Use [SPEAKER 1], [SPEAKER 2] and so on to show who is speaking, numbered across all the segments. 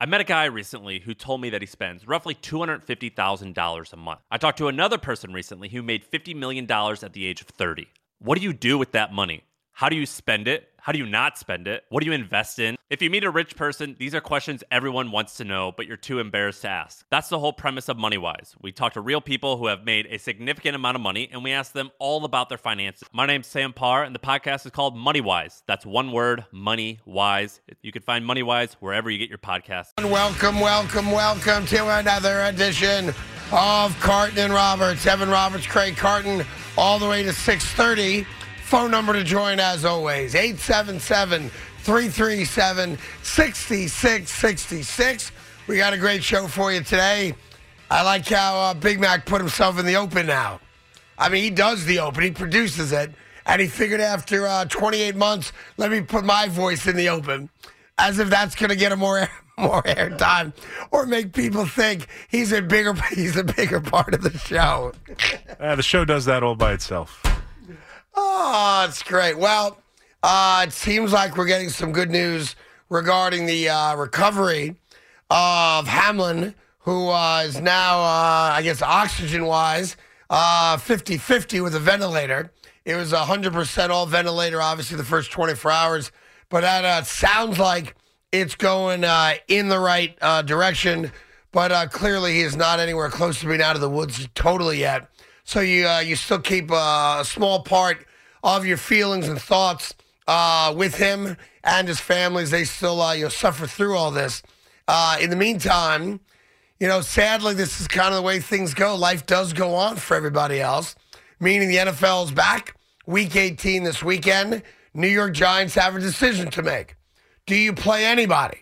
[SPEAKER 1] I met a guy recently who told me that he spends roughly $250,000 a month. I talked to another person recently who made $50 million at the age of 30. What do you do with that money? How do you spend it? How do you not spend it? What do you invest in? If you meet a rich person, these are questions everyone wants to know, but you're too embarrassed to ask. That's the whole premise of MoneyWise. We talk to real people who have made a significant amount of money and we ask them all about their finances. My name's Sam Parr, and the podcast is called MoneyWise. That's one word, Money Wise. You can find MoneyWise wherever you get your podcasts.
[SPEAKER 2] Welcome, welcome, welcome to another edition of Carton and Roberts. Evan Roberts, Craig Carton, all the way to 630. Phone number to join, as always, 877-337-6666. We got a great show for you today. I like how uh, Big Mac put himself in the open now. I mean, he does the open. He produces it. And he figured after uh, 28 months, let me put my voice in the open. As if that's going to get him more, more airtime or make people think he's a bigger, he's a bigger part of the show.
[SPEAKER 3] Uh, the show does that all by itself.
[SPEAKER 2] Oh, it's great. Well, uh, it seems like we're getting some good news regarding the uh, recovery of Hamlin, who uh, is now, uh, I guess, oxygen wise, 50 50 with a ventilator. It was 100% all ventilator, obviously, the first 24 hours, but that uh, sounds like it's going uh, in the right uh, direction. But uh, clearly, he is not anywhere close to being out of the woods totally yet. So you uh, you still keep uh, a small part of your feelings and thoughts uh, with him and his families. They still uh, you'll suffer through all this. Uh, in the meantime, you know, sadly, this is kind of the way things go. Life does go on for everybody else. Meaning the NFL is back week 18 this weekend. New York Giants have a decision to make. Do you play anybody?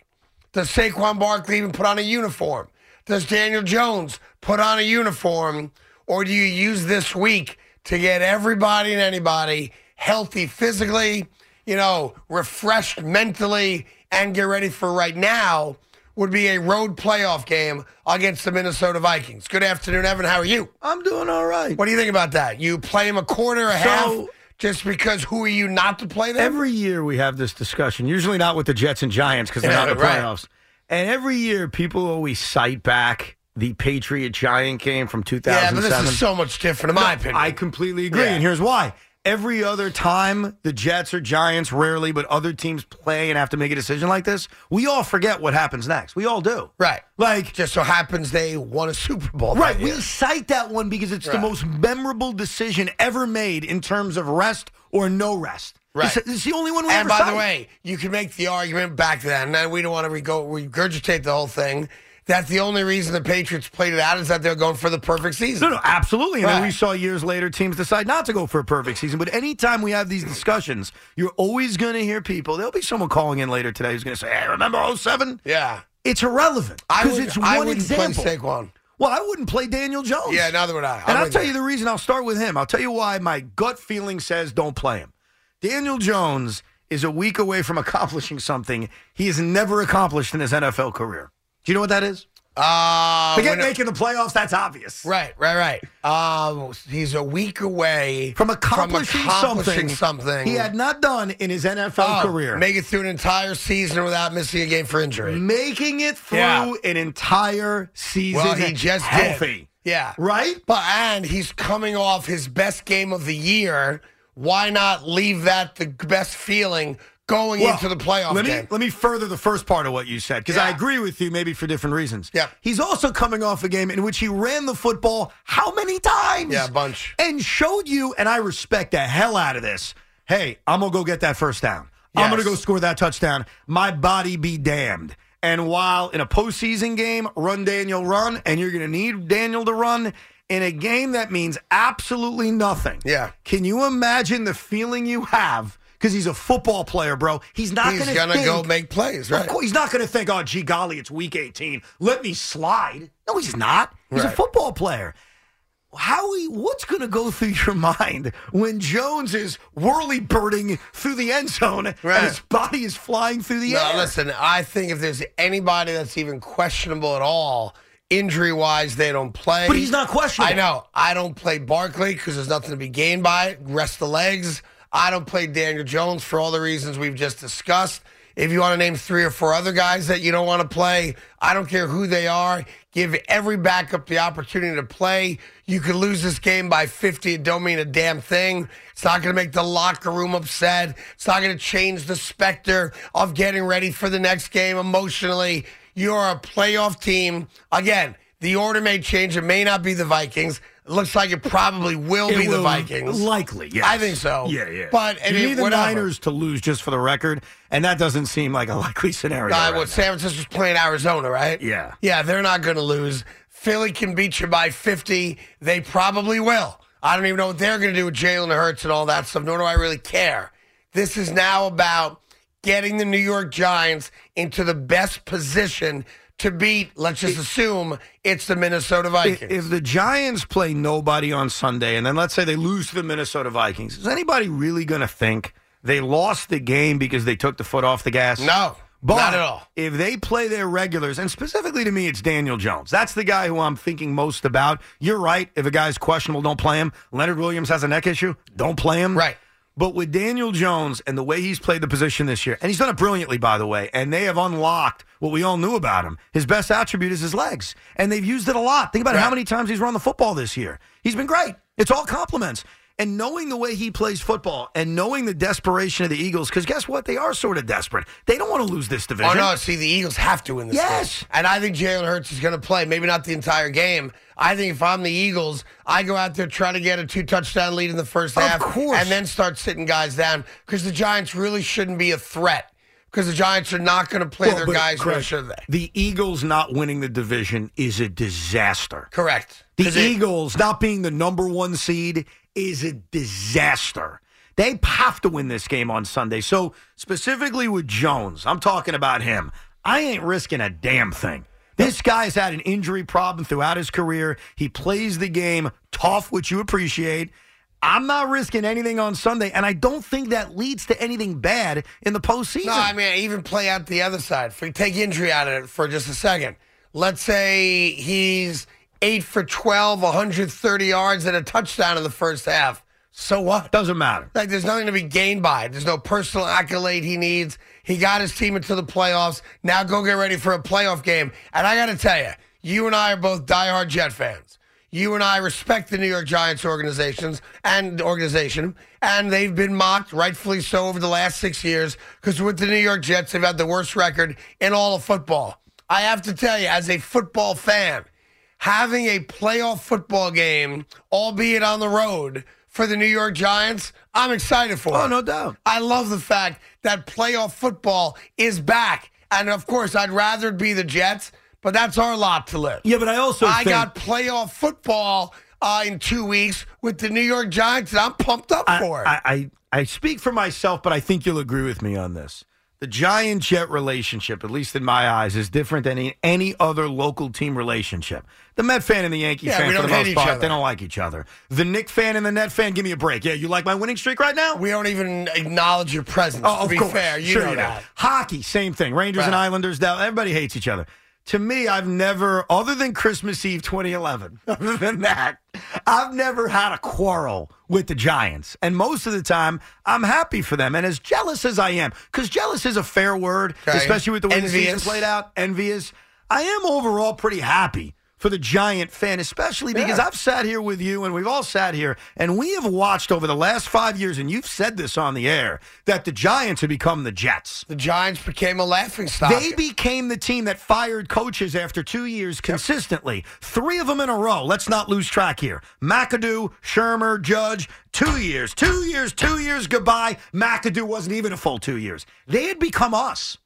[SPEAKER 2] Does Saquon Barkley even put on a uniform? Does Daniel Jones put on a uniform? Or do you use this week to get everybody and anybody healthy physically, you know, refreshed mentally, and get ready for right now would be a road playoff game against the Minnesota Vikings. Good afternoon, Evan. How are you?
[SPEAKER 4] I'm doing all right.
[SPEAKER 2] What do you think about that? You play him a quarter, a
[SPEAKER 4] So-
[SPEAKER 2] half, just because who are you not to play them?
[SPEAKER 4] Every year we have this discussion, usually not with the Jets and Giants because they're not in the
[SPEAKER 2] Yeah, right.
[SPEAKER 4] playoffs. And every year people always cite back the Patriot Giant game from 2007.
[SPEAKER 2] yeah, but this is so much different, in my opinion.
[SPEAKER 4] I completely agree,
[SPEAKER 2] Yeah.
[SPEAKER 4] and here's why. Every other time the Jets or Giants, rarely, but other teams play and have to make a decision like this, we all forget what happens next. We all do.
[SPEAKER 2] right.
[SPEAKER 4] Like,
[SPEAKER 2] Just so happens they won a Super Bowl. that
[SPEAKER 4] Right.
[SPEAKER 2] year.
[SPEAKER 4] We cite that one because it's the
[SPEAKER 2] Right.
[SPEAKER 4] most memorable decision ever made in terms of rest or no rest.
[SPEAKER 2] Right.
[SPEAKER 4] It's, it's the only one we
[SPEAKER 2] And
[SPEAKER 4] ever
[SPEAKER 2] by
[SPEAKER 4] cite.
[SPEAKER 2] the way, you can make the argument back then, and we don't want to re- go regurgitate the whole thing. That the only reason the Patriots played it out is that they're going for the perfect
[SPEAKER 4] No,
[SPEAKER 2] season.
[SPEAKER 4] no, absolutely. And then
[SPEAKER 2] Right.
[SPEAKER 4] we saw years later teams decide not to go for a perfect season. But anytime we have these discussions, you're always going to hear people. There'll be someone calling in later today who's going to say, hey, remember 07?
[SPEAKER 2] Yeah,
[SPEAKER 4] It's irrelevant
[SPEAKER 2] I
[SPEAKER 4] because
[SPEAKER 2] would-
[SPEAKER 4] it's one
[SPEAKER 2] I wouldn't
[SPEAKER 4] example.
[SPEAKER 2] play Saquon.
[SPEAKER 4] Well, I wouldn't play Daniel Jones.
[SPEAKER 2] Yeah, neither would I. I'm
[SPEAKER 4] and I'll
[SPEAKER 2] with
[SPEAKER 4] tell you the reason. I'll start with him. I'll tell you why my gut feeling says don't play him. Daniel Jones is a week away from accomplishing something he has never accomplished in his NFL career. Do you know what that is?
[SPEAKER 2] Uh,
[SPEAKER 4] Forget
[SPEAKER 2] when-
[SPEAKER 4] making the playoffs. That's obvious.
[SPEAKER 2] Right, right, right. Um, he's a week away
[SPEAKER 4] From accomplishing,
[SPEAKER 2] accomplishing
[SPEAKER 4] something,
[SPEAKER 2] something
[SPEAKER 4] he had not done in his NFL
[SPEAKER 2] Oh,
[SPEAKER 4] career.
[SPEAKER 2] Make it through an entire season without missing a game for injury.
[SPEAKER 4] making it through
[SPEAKER 2] Yeah.
[SPEAKER 4] an entire season
[SPEAKER 2] Well, he just did.
[SPEAKER 4] healthy.
[SPEAKER 2] Yeah.
[SPEAKER 4] Right?
[SPEAKER 2] But and he's coming off his best game of the year. Why not leave that the best feeling going
[SPEAKER 4] Well,
[SPEAKER 2] into the playoff
[SPEAKER 4] let me,
[SPEAKER 2] game?
[SPEAKER 4] Let me further the first part of what you said because I
[SPEAKER 2] Yeah.
[SPEAKER 4] agree with you, maybe for different reasons.
[SPEAKER 2] Yep.
[SPEAKER 4] He's also coming off a game in which he ran the football how many times?
[SPEAKER 2] Yeah, a bunch.
[SPEAKER 4] And showed you, and I respect the hell out of this. Hey, I'm going to go get that first down. I'm going
[SPEAKER 2] Yes.
[SPEAKER 4] to go score that touchdown. My body be damned. And while in a postseason game, run Daniel, run, and you're going to need Daniel to run in a game that means absolutely nothing.
[SPEAKER 2] Yeah.
[SPEAKER 4] Can you imagine the feeling you have? Because he's a football player, bro. He's not
[SPEAKER 2] he's
[SPEAKER 4] gonna,
[SPEAKER 2] gonna
[SPEAKER 4] think,
[SPEAKER 2] go make plays,
[SPEAKER 4] Of
[SPEAKER 2] right?
[SPEAKER 4] course, he's not gonna think, oh gee golly, it's week eighteen. Let me slide. No, he's not. He's a
[SPEAKER 2] Right.
[SPEAKER 4] football player. How he, what's gonna go through your mind when Jones is whirly birding through the end zone
[SPEAKER 2] Right.
[SPEAKER 4] and his body is flying through the
[SPEAKER 2] Now,
[SPEAKER 4] air?
[SPEAKER 2] listen, I think if there's anybody that's even questionable at all, injury wise, they don't play.
[SPEAKER 4] But he's not questionable.
[SPEAKER 2] I know. I don't play Barkley because there's nothing to be gained by it. Rest the legs. I don't play Daniel Jones for all the reasons we've just discussed. If you want to name three or four other guys that you don't want to play, I don't care who they are. Give every backup the opportunity to play. You could lose this game by 50. It don't mean a damn thing. It's not going to make the locker room upset. It's not going to change the specter of getting ready for the next game emotionally. You're a playoff team. Again, the order may change. It may not be the Vikings. It looks like it probably will
[SPEAKER 4] It
[SPEAKER 2] be the
[SPEAKER 4] will
[SPEAKER 2] Vikings.
[SPEAKER 4] Likely, yes.
[SPEAKER 2] I think so.
[SPEAKER 4] Yeah, yeah.
[SPEAKER 2] But, I
[SPEAKER 4] you
[SPEAKER 2] mean,
[SPEAKER 4] need the
[SPEAKER 2] whatever.
[SPEAKER 4] Niners to lose just for the record, and that doesn't seem like a likely scenario.
[SPEAKER 2] Uh,
[SPEAKER 4] right
[SPEAKER 2] well,
[SPEAKER 4] now.
[SPEAKER 2] San Francisco's playing Arizona, right?
[SPEAKER 4] Yeah.
[SPEAKER 2] Yeah, they're not going to lose. Philly can beat you by 50. They probably will. I don't even know what they're going to do with Jalen Hurts and all that stuff, nor do I really care. This is now about getting the New York Giants into the best position to beat, let's just assume it's the Minnesota Vikings.
[SPEAKER 4] If, if the Giants play nobody on Sunday, and then let's say they lose to the Minnesota Vikings, is anybody really going to think they lost the game because they took the foot off the gas?
[SPEAKER 2] No,
[SPEAKER 4] But
[SPEAKER 2] not at all.
[SPEAKER 4] If they play their regulars, and specifically to me, it's Daniel Jones. That's the guy who I'm thinking most about. You're right. If a guy's questionable, don't play him. Leonard Williams has a neck issue, don't play him.
[SPEAKER 2] Right.
[SPEAKER 4] But with Daniel Jones and the way he's played the position this year, and he's done it brilliantly, by the way, and they have unlocked what we all knew about him. His best attribute is his legs, and they've used it a lot. Think about how
[SPEAKER 2] Right.
[SPEAKER 4] many times he's run the football this year. He's been great. It's all compliments. And knowing the way he plays football and knowing the desperation of the Eagles, because guess what? They are sort of desperate. They don't want to lose this division.
[SPEAKER 2] Oh no! See, the Eagles have to win this
[SPEAKER 4] Yes.
[SPEAKER 2] game, and I think Jalen Hurts is going to play. Maybe not the entire game. I think if I'm the Eagles, I go out there try to get a two touchdown lead in the first
[SPEAKER 4] Of
[SPEAKER 2] half,
[SPEAKER 4] course.
[SPEAKER 2] and then start sitting guys down because the Giants really shouldn't be a threat because the Giants are not going to play
[SPEAKER 4] Well,
[SPEAKER 2] their
[SPEAKER 4] but
[SPEAKER 2] guys. Where
[SPEAKER 4] Craig,
[SPEAKER 2] should they?
[SPEAKER 4] The Eagles not winning the division is a disaster.
[SPEAKER 2] Correct.
[SPEAKER 4] The
[SPEAKER 2] 'Cause it-
[SPEAKER 4] Eagles not being the number one seed is a disaster. They have to win this game on Sunday. So, specifically with Jones, I'm talking about him. I ain't risking a damn thing. This guy's had an injury problem throughout his career. He plays the game tough, which you appreciate. I'm not risking anything on Sunday, and I don't think that leads to anything bad in the postseason.
[SPEAKER 2] No, I mean even play out the other side. For take injury out of it for just a second. Let's say he's eight for 12, 130 yards and a touchdown in the first half. So what?
[SPEAKER 4] Doesn't matter.
[SPEAKER 2] Like, there's nothing to be gained by it. There's no personal accolade he needs. He got his team into the playoffs. Now go get ready for a playoff game. And I got to tell you, you and I are both diehard Jet fans. You and I respect the New York Giants organizations and organization, and they've been mocked, rightfully so, over the last six years because with the New York Jets, they've had the worst record in all of football. I have to tell you, as a football fan, having a playoff football game, albeit on the road, for the New York Giants, I'm excited for.
[SPEAKER 4] Oh,
[SPEAKER 2] it.
[SPEAKER 4] no doubt.
[SPEAKER 2] I love the fact that playoff football is back. And of course, I'd rather it be the Jets, but that's our lot to live.
[SPEAKER 4] Yeah, but I also
[SPEAKER 2] I
[SPEAKER 4] think-
[SPEAKER 2] got playoff football uh, in two weeks with the New York Giants, and I'm pumped up
[SPEAKER 4] I-
[SPEAKER 2] for it.
[SPEAKER 4] I, I, I speak for myself, but I think you'll agree with me on this. The Giant Jet relationship, at least in my eyes, is different than any- any other local team relationship. The Met fan and the Yankee
[SPEAKER 2] Yeah,
[SPEAKER 4] fan,
[SPEAKER 2] we
[SPEAKER 4] for
[SPEAKER 2] don't
[SPEAKER 4] the
[SPEAKER 2] hate
[SPEAKER 4] most
[SPEAKER 2] each
[SPEAKER 4] part,
[SPEAKER 2] other.
[SPEAKER 4] they don't like each other. The Nick fan and the Net fan, give me a break. Yeah, you like my winning streak right now?
[SPEAKER 2] we don't even acknowledge your presence.
[SPEAKER 4] Oh,
[SPEAKER 2] to
[SPEAKER 4] of
[SPEAKER 2] be
[SPEAKER 4] course.
[SPEAKER 2] fair, you
[SPEAKER 4] Sure
[SPEAKER 2] know
[SPEAKER 4] you do.
[SPEAKER 2] that.
[SPEAKER 4] Hockey, same thing. Rangers and
[SPEAKER 2] Right.
[SPEAKER 4] Islanders, now everybody hates each other. To me, I've never, other than Christmas Eve 2011, other than that, I've never had a quarrel with the Giants. And most of the time, I'm happy for them. And as jealous as I am, because jealous is a fair word,
[SPEAKER 2] Okay.
[SPEAKER 4] especially with the way the season
[SPEAKER 2] Envious.
[SPEAKER 4] played out, envious. I am overall pretty happy for the Giant fan, especially because I've sat here with you and we've all sat here and we have watched over the last five years, and you've said this on the air, that the Giants have become the Jets.
[SPEAKER 2] The Giants became a laughing stock.
[SPEAKER 4] They became the team that fired coaches after two years consistently. Three of them in a row. Let's not lose track here. McAdoo, Shermer, Judge, two years, two years, two years, goodbye. McAdoo wasn't even a full two years. They had become us.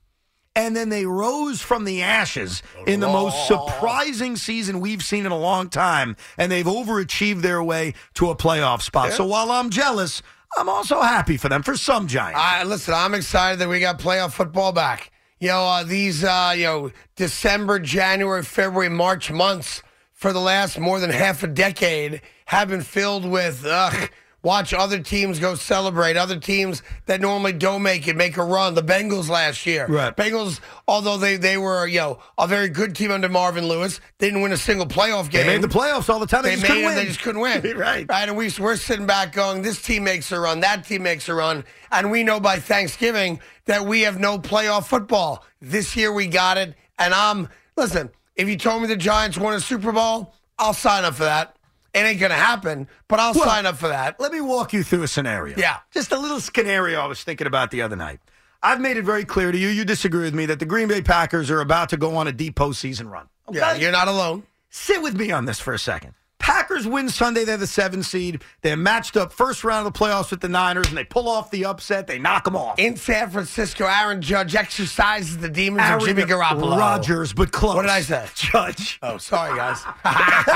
[SPEAKER 4] And then they rose from the ashes in the most
[SPEAKER 2] Oh.
[SPEAKER 4] surprising season we've seen in a long time. And they've overachieved their way to a playoff spot. So while I'm jealous, I'm also happy for them, for some Giants.
[SPEAKER 2] I, listen, I'm excited that we got playoff football back. You know, uh, these, uh, you know, December, January, February, March months for the last more than half a decade have been filled with, ugh, Watch other teams go celebrate. Other teams that normally don't make it make a run. The Bengals last year.
[SPEAKER 4] Right.
[SPEAKER 2] Bengals, although they, they were you know a very good team under Marvin Lewis, didn't win a single playoff game.
[SPEAKER 4] They made the playoffs all the time.
[SPEAKER 2] They
[SPEAKER 4] They, just
[SPEAKER 2] made
[SPEAKER 4] couldn't
[SPEAKER 2] it.
[SPEAKER 4] win.
[SPEAKER 2] They just couldn't win. Right.
[SPEAKER 4] right.
[SPEAKER 2] And we, we're sitting back going, this team makes a run, that team makes a run. And we know by Thanksgiving that we have no playoff football. This year we got it. And I'm, listen, if you told me the Giants won a Super Bowl, I'll sign up for that. It ain't going to happen, but I'll
[SPEAKER 4] Well-
[SPEAKER 2] sign up for that.
[SPEAKER 4] Let me walk you through a scenario.
[SPEAKER 2] Yeah.
[SPEAKER 4] Just a little scenario I was thinking about the other night. I've made it very clear to you, you disagree with me, that the Green Bay Packers are about to go on a deep postseason run. Okay?
[SPEAKER 2] Yeah, you're not alone.
[SPEAKER 4] Sit with me on this for a second. Packers win Sunday. They're the seven seed. They're matched up first round of the playoffs with the Niners, and they pull off the upset. They knock them off.
[SPEAKER 2] In San Francisco, Aaron Judge exercises the demons of Jimmy Garoppolo.
[SPEAKER 4] Rogers, but close.
[SPEAKER 2] What did I say?
[SPEAKER 4] Judge.
[SPEAKER 2] Oh, sorry, guys.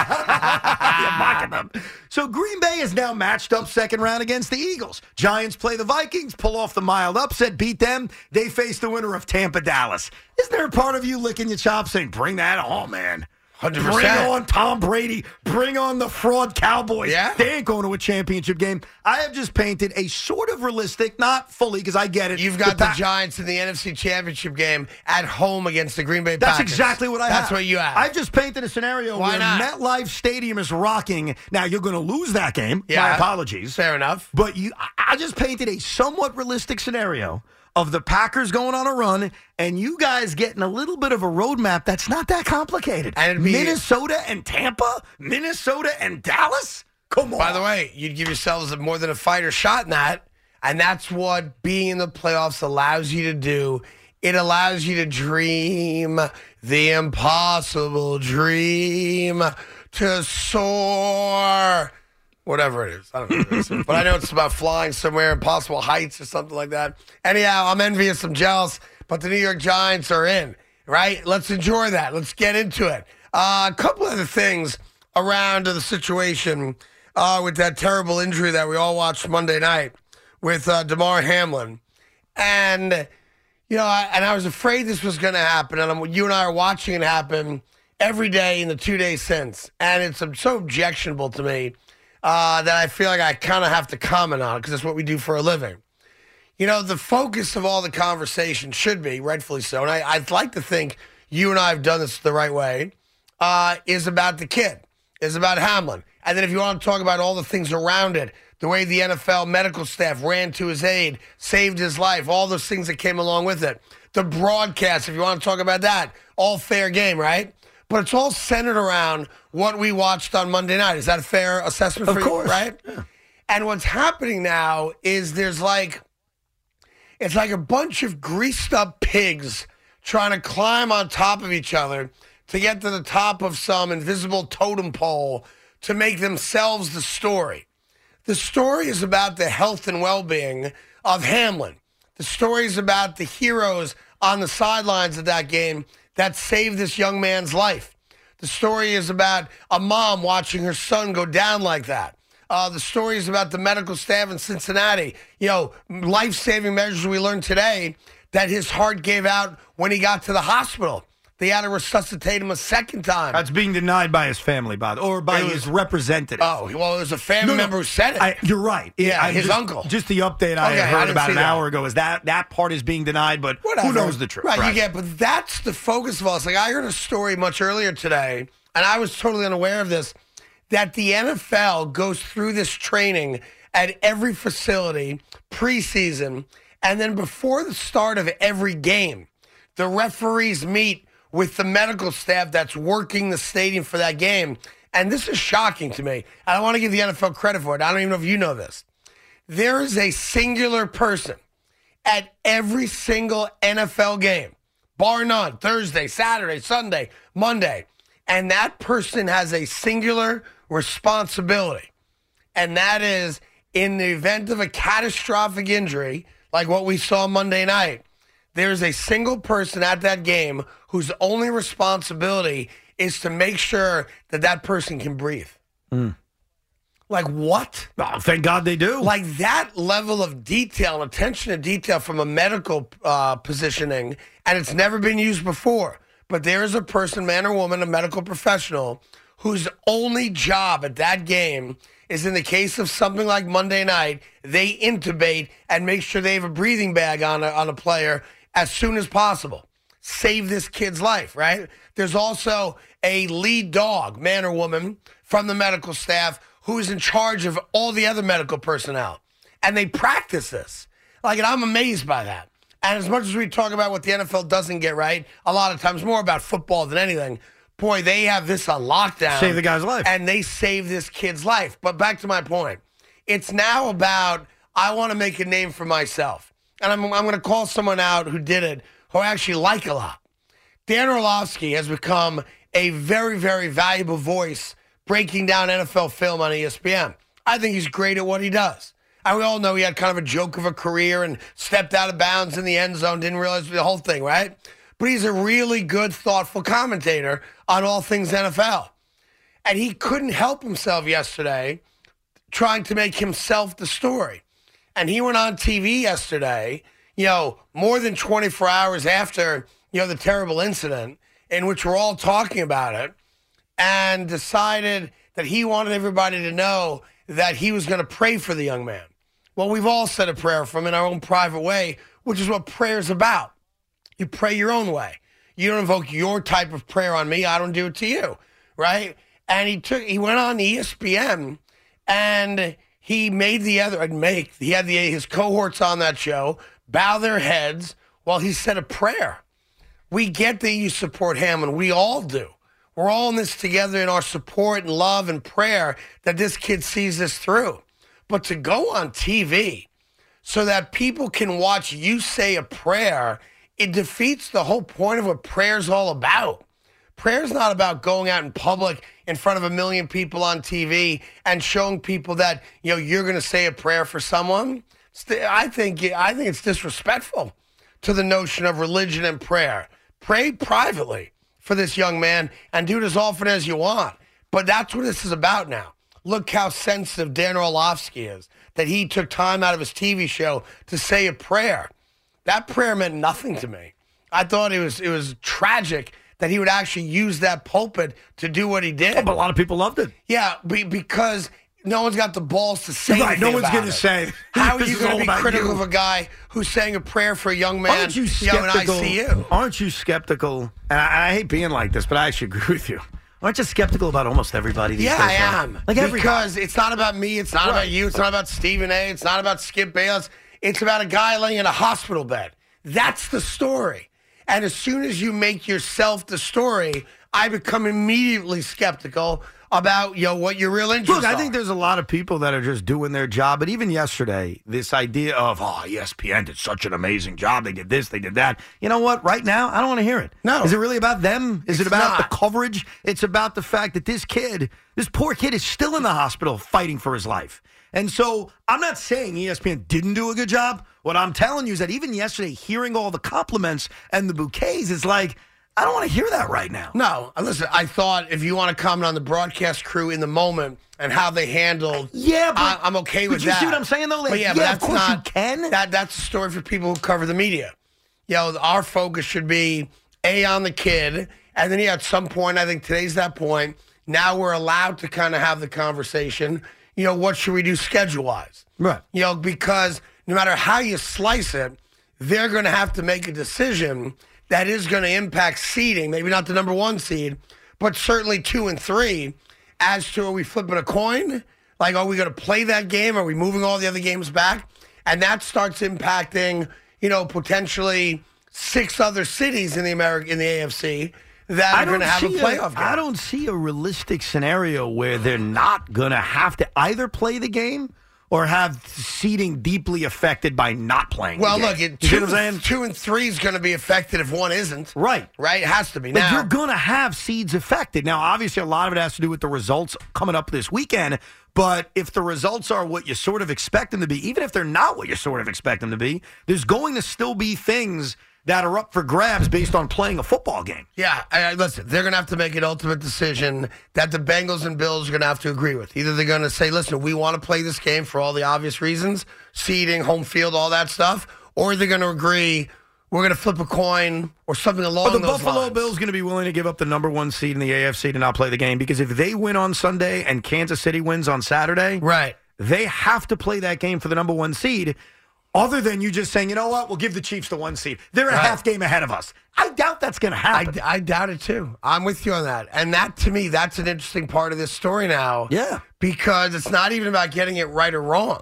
[SPEAKER 4] You're mocking them. So Green Bay is now matched up second round against the Eagles. Giants play the Vikings, pull off the mild upset, beat them. They face the winner of Tampa Dallas. Isn't there a part of you licking your chops saying, bring that on, man?
[SPEAKER 2] 100%.
[SPEAKER 4] Bring on Tom Brady. Bring on the fraud Cowboys.
[SPEAKER 2] Yeah.
[SPEAKER 4] They ain't going to a championship game. I have just painted a sort of realistic, not fully, because I get it.
[SPEAKER 2] You've got the
[SPEAKER 4] Pac-
[SPEAKER 2] Giants in the NFC Championship game at home against the Green Bay
[SPEAKER 4] That's
[SPEAKER 2] Packers.
[SPEAKER 4] exactly what I
[SPEAKER 2] That's
[SPEAKER 4] have.
[SPEAKER 2] what you have.
[SPEAKER 4] I've just painted a scenario
[SPEAKER 2] Why
[SPEAKER 4] where
[SPEAKER 2] not?
[SPEAKER 4] MetLife Stadium is rocking. Now you're going to lose that game. My
[SPEAKER 2] Yeah.
[SPEAKER 4] apologies.
[SPEAKER 2] Fair enough.
[SPEAKER 4] But you, I- I just painted a somewhat realistic scenario of the Packers going on a run and you guys getting a little bit of a roadmap that's not that complicated.
[SPEAKER 2] And it'd be-
[SPEAKER 4] Minnesota and Tampa, Minnesota and Dallas. Come on.
[SPEAKER 2] By the way, you'd give yourselves a more than a fighter shot in that, and that's what being in the playoffs allows you to do. It allows you to dream the impossible dream to soar. Whatever it is. I don't know what it is. but I know it's about flying somewhere, impossible heights or something like that. Anyhow, I'm envious, I'm jealous, but the New York Giants are in, right? Let's enjoy that. Let's get into it. Uh, a couple other things around to the situation uh, with that terrible injury that we all watched Monday night with uh, Damar Hamlin. And, you know, I, and I was afraid this was going to happen. And I'm, you and I are watching it happen every day in the two days since. And it's um, so objectionable to me uh, that I feel like I kind of have to comment on it because that's what we do for a living. You know, the focus of all the conversation should be, rightfully so, and I, I'd like to think you and I have done this the right way, uh, is about the kid, is about Hamlin. And then if you want to talk about all the things around it, the way the NFL medical staff ran to his aid, saved his life, all those things that came along with it, the broadcast, if you want to talk about that, all fair game, right? But it's all centered around what we watched on Monday night. Is that a fair assessment
[SPEAKER 4] Of
[SPEAKER 2] for
[SPEAKER 4] course.
[SPEAKER 2] you? Right? And what's happening now is there's like it's like a bunch of greased up pigs trying to climb on top of each other to get to the top of some invisible totem pole to make themselves the story. The story is about the health and well being of Hamlin. The story is about the heroes on the sidelines of that game that saved this young man's life. The story is about a mom watching her son go down like that. Uh, the story is about the medical staff in Cincinnati. You know, life saving measures we learned today that his heart gave out when he got to the hospital. They had to resuscitate him a second time.
[SPEAKER 4] That's being denied by his family, by the, or by
[SPEAKER 2] It was-
[SPEAKER 4] his representative.
[SPEAKER 2] oh, well, it was a family
[SPEAKER 4] No, no.
[SPEAKER 2] member who said it.
[SPEAKER 4] I, you're right.
[SPEAKER 2] Yeah,
[SPEAKER 4] I-
[SPEAKER 2] his
[SPEAKER 4] just-
[SPEAKER 2] uncle.
[SPEAKER 4] Just the update I
[SPEAKER 2] Okay, I
[SPEAKER 4] had heard
[SPEAKER 2] didn't
[SPEAKER 4] about
[SPEAKER 2] see
[SPEAKER 4] an
[SPEAKER 2] that.
[SPEAKER 4] hour ago is that that part is being denied, but
[SPEAKER 2] Whatever.
[SPEAKER 4] who knows the truth?
[SPEAKER 2] Right, you get, but that's the focus of all this. Like, I heard a story much earlier today, and I was totally unaware of this, that the NFL goes through this training at every facility preseason, and then before the start of every game, the referees meet with the medical staff that's working the stadium for that game. And this is shocking to me. And I want to give the NFL credit for it. I don't even know if you know this. There is a singular person at every single NFL game, bar none, Thursday, Saturday, Sunday, Monday. And that person has a singular responsibility. And that is in the event of a catastrophic injury, like what we saw Monday night, there is a single person at that game whose only responsibility is to make sure that that person can breathe. Like, what?
[SPEAKER 4] Oh, thank God they do.
[SPEAKER 2] like that level of detail and attention to detail from a medical uh, positioning, and it's never been used before. But there is a person, man or woman, a medical professional, whose only job at that game is in the case of something like Monday night, they intubate and make sure they have a breathing bag on a, on a player as soon as possible. Save this kid's life, right? There's also a lead dog, man or woman, from the medical staff who is in charge of all the other medical personnel. And they practice this. Like, and I'm amazed by that. And as much as we talk about what the NFL doesn't get right, a lot of times more about football than anything, boy, they have this on lockdown.
[SPEAKER 4] Save the guy's life.
[SPEAKER 2] And they save this kid's life. But back to my point, it's now about I want to make a name for myself. And I'm, I'm going to call someone out who did it, who I actually like a lot. Dan Orlovsky has become a very, very valuable voice breaking down NFL film on E ESPN. I think he's great at what he does. And we all know he had kind of a joke of a career and stepped out of bounds in the end zone, didn't realize the whole thing, right? But he's a really good, thoughtful commentator on all things NFL. And he couldn't help himself yesterday trying to make himself the story. And he went on TV yesterday, you know, more than 24 hours after, you know, the terrible incident in which we're all talking about it, and decided that he wanted everybody to know that he was going to pray for the young man. Well, we've all said a prayer for him in our own private way, which is what prayer's about. You pray your own way. You don't invoke your type of prayer on me. I don't do it to you, right? And he took he went on E ESPN and he made the other and make he had the his cohorts on that show bow their heads while he said a prayer. We get that you support Hamlin. We all do. We're all in this together in our support and love and prayer that this kid sees this through. But to go on TV so that people can watch you say a prayer, it defeats the whole point of what prayer's all about. Prayer's not about going out in public in front of a million people on TV and showing people that, you know, you're going to say a prayer for someone. It's- I think I think it's disrespectful to the notion of religion and prayer. Pray privately for this young man and do it as often as you want. But that's what this is about now. Look how sensitive Dan Orlovsky is that he took time out of his TV show to say a prayer. That prayer meant nothing to me. I thought it was it was tragic that he would actually use that pulpit to do what he did.
[SPEAKER 4] But a lot of people loved it.
[SPEAKER 2] yeah, be, because no one's got the balls to say.
[SPEAKER 4] Right, no
[SPEAKER 2] anything
[SPEAKER 4] one's
[SPEAKER 2] about
[SPEAKER 4] gonna
[SPEAKER 2] it.
[SPEAKER 4] say,
[SPEAKER 2] How are
[SPEAKER 4] "This
[SPEAKER 2] you
[SPEAKER 4] is
[SPEAKER 2] going
[SPEAKER 4] all
[SPEAKER 2] to be
[SPEAKER 4] about
[SPEAKER 2] critical
[SPEAKER 4] you."
[SPEAKER 2] of a guy who's saying a prayer for a young man?
[SPEAKER 4] Aren't you
[SPEAKER 2] you know, in
[SPEAKER 4] skeptical?
[SPEAKER 2] ICU?
[SPEAKER 4] Aren't you skeptical? And I, I hate being like this, but I actually agree with you. Aren't you skeptical about almost everybody? These
[SPEAKER 2] Yeah,
[SPEAKER 4] days,
[SPEAKER 2] I
[SPEAKER 4] though?
[SPEAKER 2] am.
[SPEAKER 4] Like every
[SPEAKER 2] because it's not about me. It's not about
[SPEAKER 4] Right.
[SPEAKER 2] you. It's not about Stephen A. It's not about Skip Bayless. It's about a guy laying in a hospital bed. That's the story. And as soon as you make yourself the story, I become immediately skeptical about yo what your real interests
[SPEAKER 4] Look, I think
[SPEAKER 2] are.
[SPEAKER 4] there's a lot of people that are just doing their job. But even yesterday, this idea of, oh, ESPN did such an amazing job. They did this, they did that. You know what? Right now, I don't want to hear it.
[SPEAKER 2] No.
[SPEAKER 4] Is it really about them? Is it
[SPEAKER 2] It's
[SPEAKER 4] about
[SPEAKER 2] not.
[SPEAKER 4] the coverage? It's about the fact that this kid, this poor kid, is still in the hospital fighting for his life. And so I'm not saying E ESPN didn't do a good job. What I'm telling you is that even yesterday, hearing all the compliments and the bouquets is like, I don't want to hear that right now.
[SPEAKER 2] No, uh, listen. I thought if you want to comment on the broadcast crew in the moment and how they handled,
[SPEAKER 4] Yeah, but-
[SPEAKER 2] I, am okay
[SPEAKER 4] but
[SPEAKER 2] with
[SPEAKER 4] you
[SPEAKER 2] that.
[SPEAKER 4] see what I'm saying, though? Like,
[SPEAKER 2] but yeah, but
[SPEAKER 4] yeah,
[SPEAKER 2] that's
[SPEAKER 4] of course you
[SPEAKER 2] not
[SPEAKER 4] can.
[SPEAKER 2] That that's a story for people who cover the media. You know, our focus should be a on the kid, and then yeah, at some point, I think today's that point. Now we're allowed to kind of have the conversation. You know, what should we do schedule wise?
[SPEAKER 4] Right.
[SPEAKER 2] You know, because no matter how you slice it, they're going to have to make a decision that is going to impact seeding, maybe not the number one seed, but certainly two and three. As to are we flipping a coin? Like, are we going to play that game? Are we moving all the other games back? And that starts impacting, you know, potentially six other cities in the America in the AFC that are going to have a
[SPEAKER 4] see
[SPEAKER 2] playoff game.
[SPEAKER 4] I don't see a realistic scenario where they're not going to have to either play the game or have seeding deeply affected by not playing.
[SPEAKER 2] Well,
[SPEAKER 4] the game.
[SPEAKER 2] look, it,
[SPEAKER 4] You see what
[SPEAKER 2] two,
[SPEAKER 4] I'm saying?
[SPEAKER 2] two and three is going to be affected if one isn't.
[SPEAKER 4] Right.
[SPEAKER 2] Right? It has to be.
[SPEAKER 4] Like
[SPEAKER 2] now,
[SPEAKER 4] you're going to have seeds affected. Now, obviously, a lot of it has to do with the results coming up this weekend. But if the results are what you sort of expect them to be, even if they're not what you sort of expect them to be, there's going to still be things that are up for grabs based on playing a football game.
[SPEAKER 2] Yeah, I, I- listen, they're going to have to make an ultimate decision that the Bengals and Bills are going to have to agree with. Either they're going to say, listen, we want to play this game for all the obvious reasons seeding, home field, all that stuff, or they're going to agree We're going to flip a coin or something along
[SPEAKER 4] Are the
[SPEAKER 2] those
[SPEAKER 4] Buffalo
[SPEAKER 2] lines.
[SPEAKER 4] Bills going to be willing to give up the number one seed in the AFC to not play the game? Because if they win on Sunday and Kansas City wins on Saturday,
[SPEAKER 2] Right.
[SPEAKER 4] they have to play that game for the number one seed. Other than you just saying, you know what, we'll give the Chiefs the one seed. They're a
[SPEAKER 2] Right.
[SPEAKER 4] half game ahead of us. I doubt that's going to
[SPEAKER 2] I,
[SPEAKER 4] happen.
[SPEAKER 2] I doubt it too. I'm with you on that. And that to me, that's an interesting part of this story now.
[SPEAKER 4] Yeah.
[SPEAKER 2] Because it's not even about getting it right or wrong.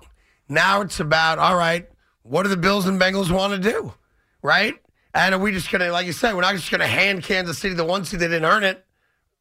[SPEAKER 2] Now it's about, all right, what do the Bills and Bengals want to do? Right? And are we just going to, like you said, we're not just going to hand Kansas City the one seed they didn't earn it.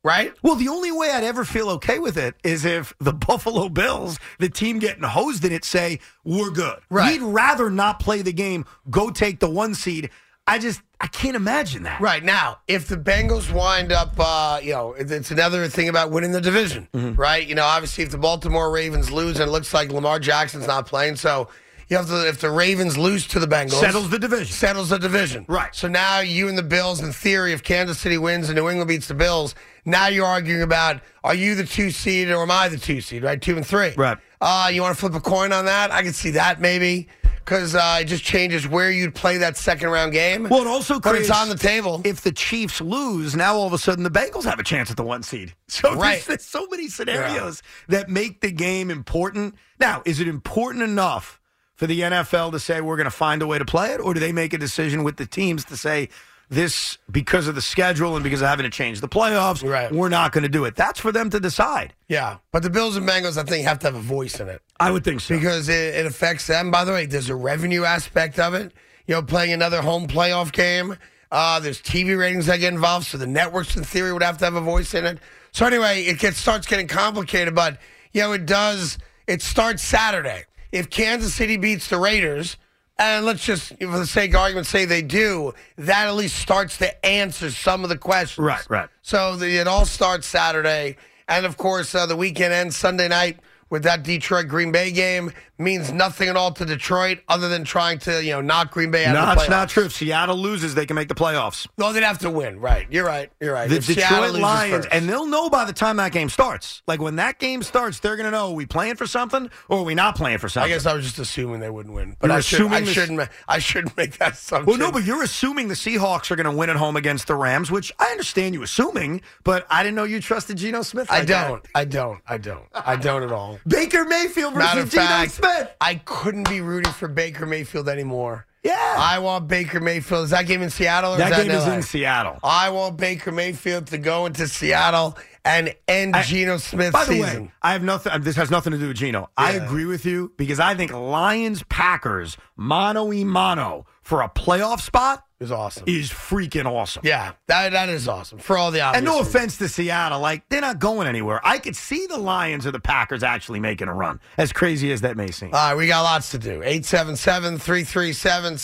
[SPEAKER 2] Right?
[SPEAKER 4] well, the only way I'd ever feel okay with it is if the Buffalo Bills, the team getting hosed in it, say, we're good.
[SPEAKER 2] Right.
[SPEAKER 4] We'd rather not play the game, go take the one seed. I just, I can't imagine that.
[SPEAKER 2] Right now, if the Bengals wind up, uh, you know, it's it's another thing about winning the division, right? You know, obviously, if the Baltimore Ravens lose, and it looks like Lamar Jackson's not playing, so you have to, if the Ravens lose to the Bengals,
[SPEAKER 4] Settles the division.
[SPEAKER 2] settles the division,
[SPEAKER 4] Right.
[SPEAKER 2] So now you and the Bills, in theory, if Kansas City wins and New England beats the Bills, now you're arguing about are you the two seed or am I the two seed, right? Two and three,
[SPEAKER 4] Right.
[SPEAKER 2] Uh, you want to flip a coin on that? I can see that maybe. Because uh, it just changes where you'd play that second round game.
[SPEAKER 4] Well, it also
[SPEAKER 2] but
[SPEAKER 4] creates
[SPEAKER 2] it's on the table.
[SPEAKER 4] If the Chiefs lose, now all of a sudden the Bengals have a chance at the one seed. So there's-
[SPEAKER 2] Right.
[SPEAKER 4] there's, so many scenarios that make the game important. Now, is it important enough for the NFL to say we're going to find a way to play it, or do they make a decision with the teams to say this because of the schedule and because of having to change the playoffs,
[SPEAKER 2] Right.
[SPEAKER 4] we're not going to do it? That's for them to decide.
[SPEAKER 2] Yeah, but the Bills and Bengals, I think, have to have a voice in it
[SPEAKER 4] I would think so.
[SPEAKER 2] because it, it affects them. By the way, there's a revenue aspect of it. You know, playing another home playoff game. Uh, there's TV ratings that get involved, so the networks, in theory, would have to have a voice in it. So anyway, it gets starts getting complicated, but you know, it does. It starts Saturday. If Kansas City beats the Raiders, and let's just, for the sake of argument, say they do, that at least starts to answer some of the questions.
[SPEAKER 4] Right, right.
[SPEAKER 2] So the, it all starts Saturday, and of course uh, the weekend ends Sunday night with that Detroit Green Bay game. Means nothing at all to Detroit other than trying to you know knock Green Bay out
[SPEAKER 4] no,
[SPEAKER 2] of the playoffs.
[SPEAKER 4] it's not true. If Seattle loses, they can make the playoffs.
[SPEAKER 2] No, they'd have to win. Right, you're right. You're right.
[SPEAKER 4] the
[SPEAKER 2] If Seattle
[SPEAKER 4] Detroit
[SPEAKER 2] loses
[SPEAKER 4] Lions,
[SPEAKER 2] first.
[SPEAKER 4] and they'll know by the time that game starts. Like when that game starts, they're going to know: are we playing for something or are we not playing for
[SPEAKER 2] I
[SPEAKER 4] something?
[SPEAKER 2] guess I was just assuming they wouldn't win, but
[SPEAKER 4] You're
[SPEAKER 2] I, should,
[SPEAKER 4] assuming
[SPEAKER 2] I
[SPEAKER 4] this-
[SPEAKER 2] shouldn't. ma- I shouldn't make that assumption.
[SPEAKER 4] Well, no, but you're assuming the Seahawks are going to win at home against the Rams, which I understand you assuming, but I didn't know you trusted Geno Smith.
[SPEAKER 2] I
[SPEAKER 4] like that.
[SPEAKER 2] don't. I don't. I don't. I don't at all.
[SPEAKER 4] Baker Mayfield
[SPEAKER 2] Matter
[SPEAKER 4] versus
[SPEAKER 2] of
[SPEAKER 4] Geno
[SPEAKER 2] fact,
[SPEAKER 4] Smith.
[SPEAKER 2] I couldn't be rooting for Baker Mayfield anymore.
[SPEAKER 4] Yeah.
[SPEAKER 2] I want Baker Mayfield. Is that game in Seattle? Or
[SPEAKER 4] that
[SPEAKER 2] is
[SPEAKER 4] game is
[SPEAKER 2] LA?
[SPEAKER 4] in Seattle.
[SPEAKER 2] I want Baker Mayfield to go into Seattle and end Geno Smith's
[SPEAKER 4] By the
[SPEAKER 2] season.
[SPEAKER 4] way, I have nothing. This has nothing to do with Gino. I agree with you because I think Lions Packers mano e mano for a playoff spot
[SPEAKER 2] it was awesome.
[SPEAKER 4] is freaking awesome.
[SPEAKER 2] Yeah, that, that is awesome for all the obvious.
[SPEAKER 4] And no
[SPEAKER 2] reasons.
[SPEAKER 4] offense to Seattle, like they're not going anywhere. I could see the Lions or the Packers actually making a run, as crazy as that may seem.
[SPEAKER 2] All right, we got lots to do. 877 337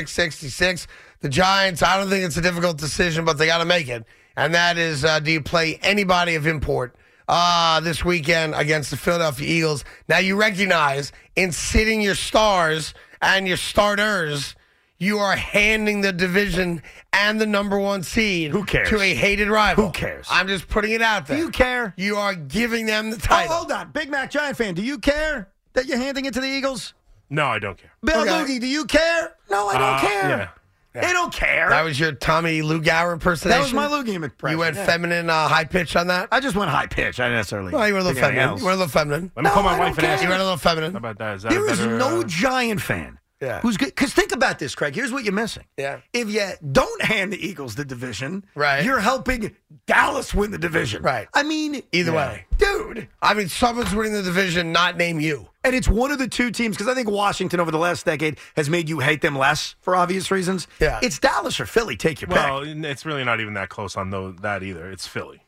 [SPEAKER 2] 6666. The Giants, I don't think it's a difficult decision, but they got to make it. And that is uh, do you play anybody of import uh, this weekend against the Philadelphia Eagles? Now, you recognize in sitting your stars and your starters, you are handing the division and the number one seed
[SPEAKER 4] Who cares?
[SPEAKER 2] to a hated rival.
[SPEAKER 4] Who cares?
[SPEAKER 2] I'm just putting it out there.
[SPEAKER 4] do you care?
[SPEAKER 2] You are giving them the
[SPEAKER 4] Oh,
[SPEAKER 2] title.
[SPEAKER 4] hold on, Big Mac Giant fan. Do you care that you're handing it to the Eagles?
[SPEAKER 3] No, I don't care.
[SPEAKER 4] Bill
[SPEAKER 2] Okay.
[SPEAKER 4] Doogie, do you care? No, I don't
[SPEAKER 3] Uh,
[SPEAKER 4] care.
[SPEAKER 3] yeah.
[SPEAKER 4] They don't care.
[SPEAKER 2] That was your Tommy Lou Gower impersonation.
[SPEAKER 4] That was my Lou Game impression.
[SPEAKER 2] You went
[SPEAKER 4] Yeah.
[SPEAKER 2] feminine, uh, high pitch on that.
[SPEAKER 4] I just went high pitch. I didn't necessarily.
[SPEAKER 2] Well, you were a little
[SPEAKER 4] think anything
[SPEAKER 2] feminine.
[SPEAKER 4] else.
[SPEAKER 2] You were a little feminine.
[SPEAKER 3] Let me
[SPEAKER 4] No,
[SPEAKER 3] call my
[SPEAKER 4] I
[SPEAKER 3] wife
[SPEAKER 4] don't
[SPEAKER 3] and ask
[SPEAKER 2] You
[SPEAKER 4] care.
[SPEAKER 2] were
[SPEAKER 3] her.
[SPEAKER 2] a little
[SPEAKER 3] How
[SPEAKER 2] feminine.
[SPEAKER 3] about that? Is that
[SPEAKER 4] There
[SPEAKER 3] a
[SPEAKER 4] is
[SPEAKER 3] better,
[SPEAKER 4] no
[SPEAKER 3] uh,
[SPEAKER 4] Giant fan
[SPEAKER 2] Yeah.
[SPEAKER 4] who's good. Because think about this, Craig. Here's what you're missing.
[SPEAKER 2] Yeah.
[SPEAKER 4] If you don't hand the Eagles the division,
[SPEAKER 2] Right.
[SPEAKER 4] you're helping Dallas win the division.
[SPEAKER 2] Right.
[SPEAKER 4] I mean,
[SPEAKER 2] Either way.
[SPEAKER 4] Dude.
[SPEAKER 2] I mean, someone's winning the division, not name you.
[SPEAKER 4] And it's one of the two teams, because I think Washington over the last decade has made you hate them less for obvious reasons.
[SPEAKER 2] Yeah.
[SPEAKER 4] It's Dallas or Philly. Take your pick.
[SPEAKER 3] Well, it's really not even that close on though that either. It's Philly.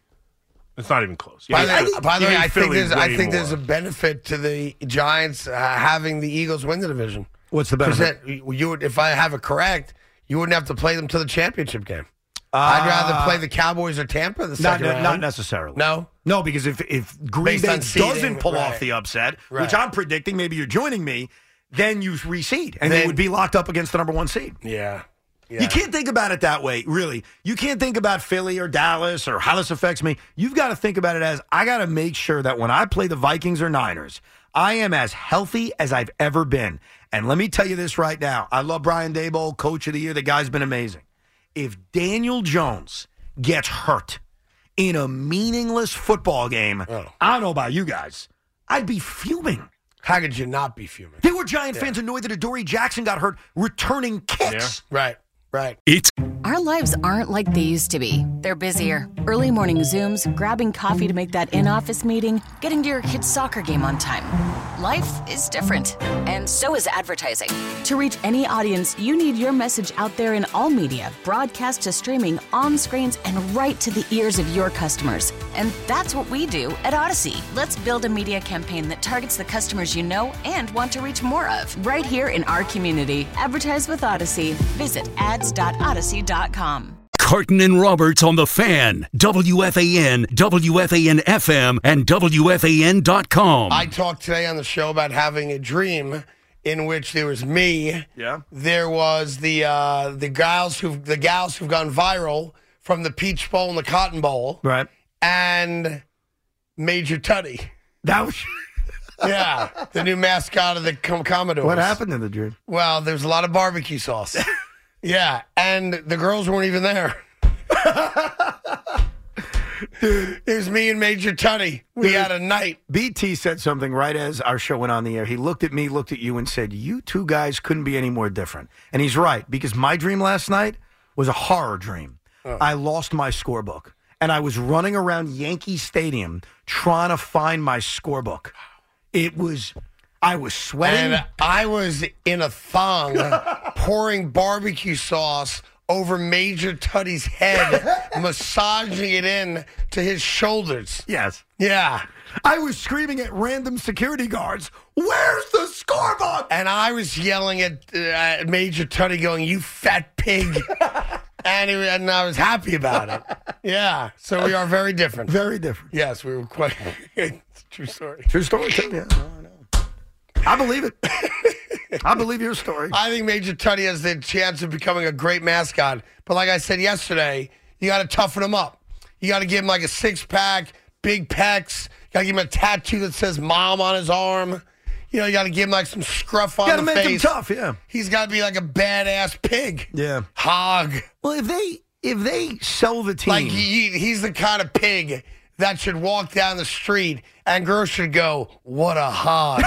[SPEAKER 3] It's not even close. You
[SPEAKER 2] By
[SPEAKER 3] hate
[SPEAKER 2] the,
[SPEAKER 3] Phil-
[SPEAKER 2] by the
[SPEAKER 3] you
[SPEAKER 2] way,
[SPEAKER 3] hate
[SPEAKER 2] I think
[SPEAKER 3] Philly
[SPEAKER 2] there's, I
[SPEAKER 3] way
[SPEAKER 2] think there's a
[SPEAKER 3] more.
[SPEAKER 2] benefit to the Giants uh, having the Eagles win the division.
[SPEAKER 4] What's the
[SPEAKER 2] Because
[SPEAKER 4] benefit?
[SPEAKER 2] that you would, if I have it correct, you wouldn't have to play them to the championship game. I'd rather play the Cowboys or Tampa the
[SPEAKER 4] Ah. Not,
[SPEAKER 2] second
[SPEAKER 4] not
[SPEAKER 2] round.
[SPEAKER 4] necessarily.
[SPEAKER 2] No?
[SPEAKER 4] No, because if, if Green
[SPEAKER 2] Based
[SPEAKER 4] Bay
[SPEAKER 2] on seeding,
[SPEAKER 4] doesn't pull
[SPEAKER 2] right.
[SPEAKER 4] off the upset,
[SPEAKER 2] Right.
[SPEAKER 4] which I'm predicting, maybe you're joining me, then you reseed. And
[SPEAKER 2] Then-
[SPEAKER 4] they would be locked up against the number one seed.
[SPEAKER 2] Yeah. yeah.
[SPEAKER 4] You can't think about it that way, really. You can't think about Philly or Dallas or how this affects me. You've got to think about it as I got to make sure that when I play the Vikings or Niners, I am as healthy as I've ever been. And let me tell you this right now. I love Brian Dable, coach of the year. The guy's been amazing. If Daniel Jones gets hurt in a meaningless football game,
[SPEAKER 3] Oh.
[SPEAKER 4] I don't know about you guys. I'd be fuming.
[SPEAKER 2] How could you not be fuming?
[SPEAKER 4] There were Giant fans annoyed that Adoree Jackson got hurt returning kicks.
[SPEAKER 2] Right, right.
[SPEAKER 5] Our lives aren't like they used to be. They're busier. Early morning Zooms, grabbing coffee to make that in office meeting, getting to your kid's soccer game on time. Life is different, and so is advertising. To reach any audience, you need your message out there in all media, broadcast to streaming, on screens, and right to the ears of your customers. And that's what we do at Odyssey. Let's build a media campaign that targets the customers you know and want to reach more of right here in our community. Advertise with Odyssey. Visit ads.odyssey.com.
[SPEAKER 6] Carton and Roberts on the fan, WFAN, WFAN FM, and WFAN.com.
[SPEAKER 2] I talked today on the show about having a dream in which there was me.
[SPEAKER 3] Yeah.
[SPEAKER 2] There was the uh, the gals who the gals who've gone viral from the Peach Bowl and the Cotton Bowl,
[SPEAKER 4] Right.
[SPEAKER 2] and Major Tutty.
[SPEAKER 4] That was
[SPEAKER 2] Yeah, the new mascot of the Com- Commodores.
[SPEAKER 4] what happened in the dream.
[SPEAKER 2] Well, there's a lot of barbecue sauce. yeah, and the girls weren't even there. Dude, it was me and Major Tutty. We had a night.
[SPEAKER 4] BT said something right as our show went on the air. He looked at me, looked at you, and said, You two guys couldn't be any more different. And he's right, because my dream last night was a horror dream. I lost my scorebook, and I was running around Yankee Stadium trying to find my scorebook. It was, I was sweating.
[SPEAKER 2] And I was in a thong pouring barbecue sauce over Major Tutty's head, massaging it in to his shoulders.
[SPEAKER 4] yes.
[SPEAKER 2] Yeah.
[SPEAKER 4] I was screaming at random security guards, Where's the scorebook?
[SPEAKER 2] And I was yelling at, uh, at Major Tutty, going, "You fat pig!" and, it, and I was happy about it. Yeah. So we are very different.
[SPEAKER 4] Very different.
[SPEAKER 2] Yes, we were quite. It's a True story.
[SPEAKER 4] True story, too. Yeah, I know. I believe it. I believe your story.
[SPEAKER 2] I think Major Tutty has the chance of becoming a great mascot. But like I said yesterday, you got to toughen him up. You got to give him like a six pack, big pecs. You got to give him a tattoo that says "Mom" on his arm. You know, you got to give him like some scruff on
[SPEAKER 4] Got to
[SPEAKER 2] the
[SPEAKER 4] make
[SPEAKER 2] face.
[SPEAKER 4] them tough, yeah.
[SPEAKER 2] He's got to be like a badass pig.
[SPEAKER 4] Yeah.
[SPEAKER 2] Hog.
[SPEAKER 4] Well, if they if they sell the team,
[SPEAKER 2] Like he, he's the kind of pig that should walk down the street and girls should go, "What a hog!"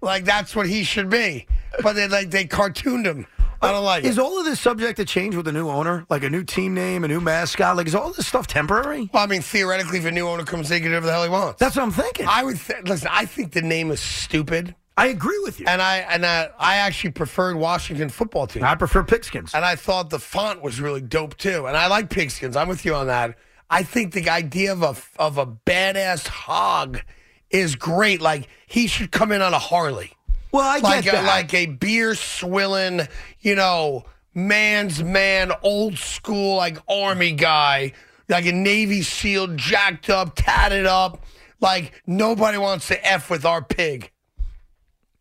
[SPEAKER 2] like that's what he should be. But they like they cartooned him. I don't like
[SPEAKER 4] is
[SPEAKER 2] it.
[SPEAKER 4] all of this subject to change with a new owner, like a new team name, a new mascot? Like, is all this stuff temporary?
[SPEAKER 2] Well, I mean, theoretically, if a new owner comes in, he can do whatever the hell he wants.
[SPEAKER 4] That's what I'm thinking. I,
[SPEAKER 2] I would th- listen. I think the name is stupid,
[SPEAKER 4] agree with you.
[SPEAKER 2] and I and I, I actually preferred Washington football team.
[SPEAKER 4] I prefer pigskins.
[SPEAKER 2] and I thought the font was really dope too. And I like pigskins. I'm with you on that. I think the idea of a of a badass hog is great. Like he should come in on a Harley,
[SPEAKER 4] well, I
[SPEAKER 2] like
[SPEAKER 4] get
[SPEAKER 2] a,
[SPEAKER 4] that.
[SPEAKER 2] like a beer swilling, you know, man's man, old school like army guy, like a Navy SEAL, jacked up, tatted up. Like nobody wants to f with our pig.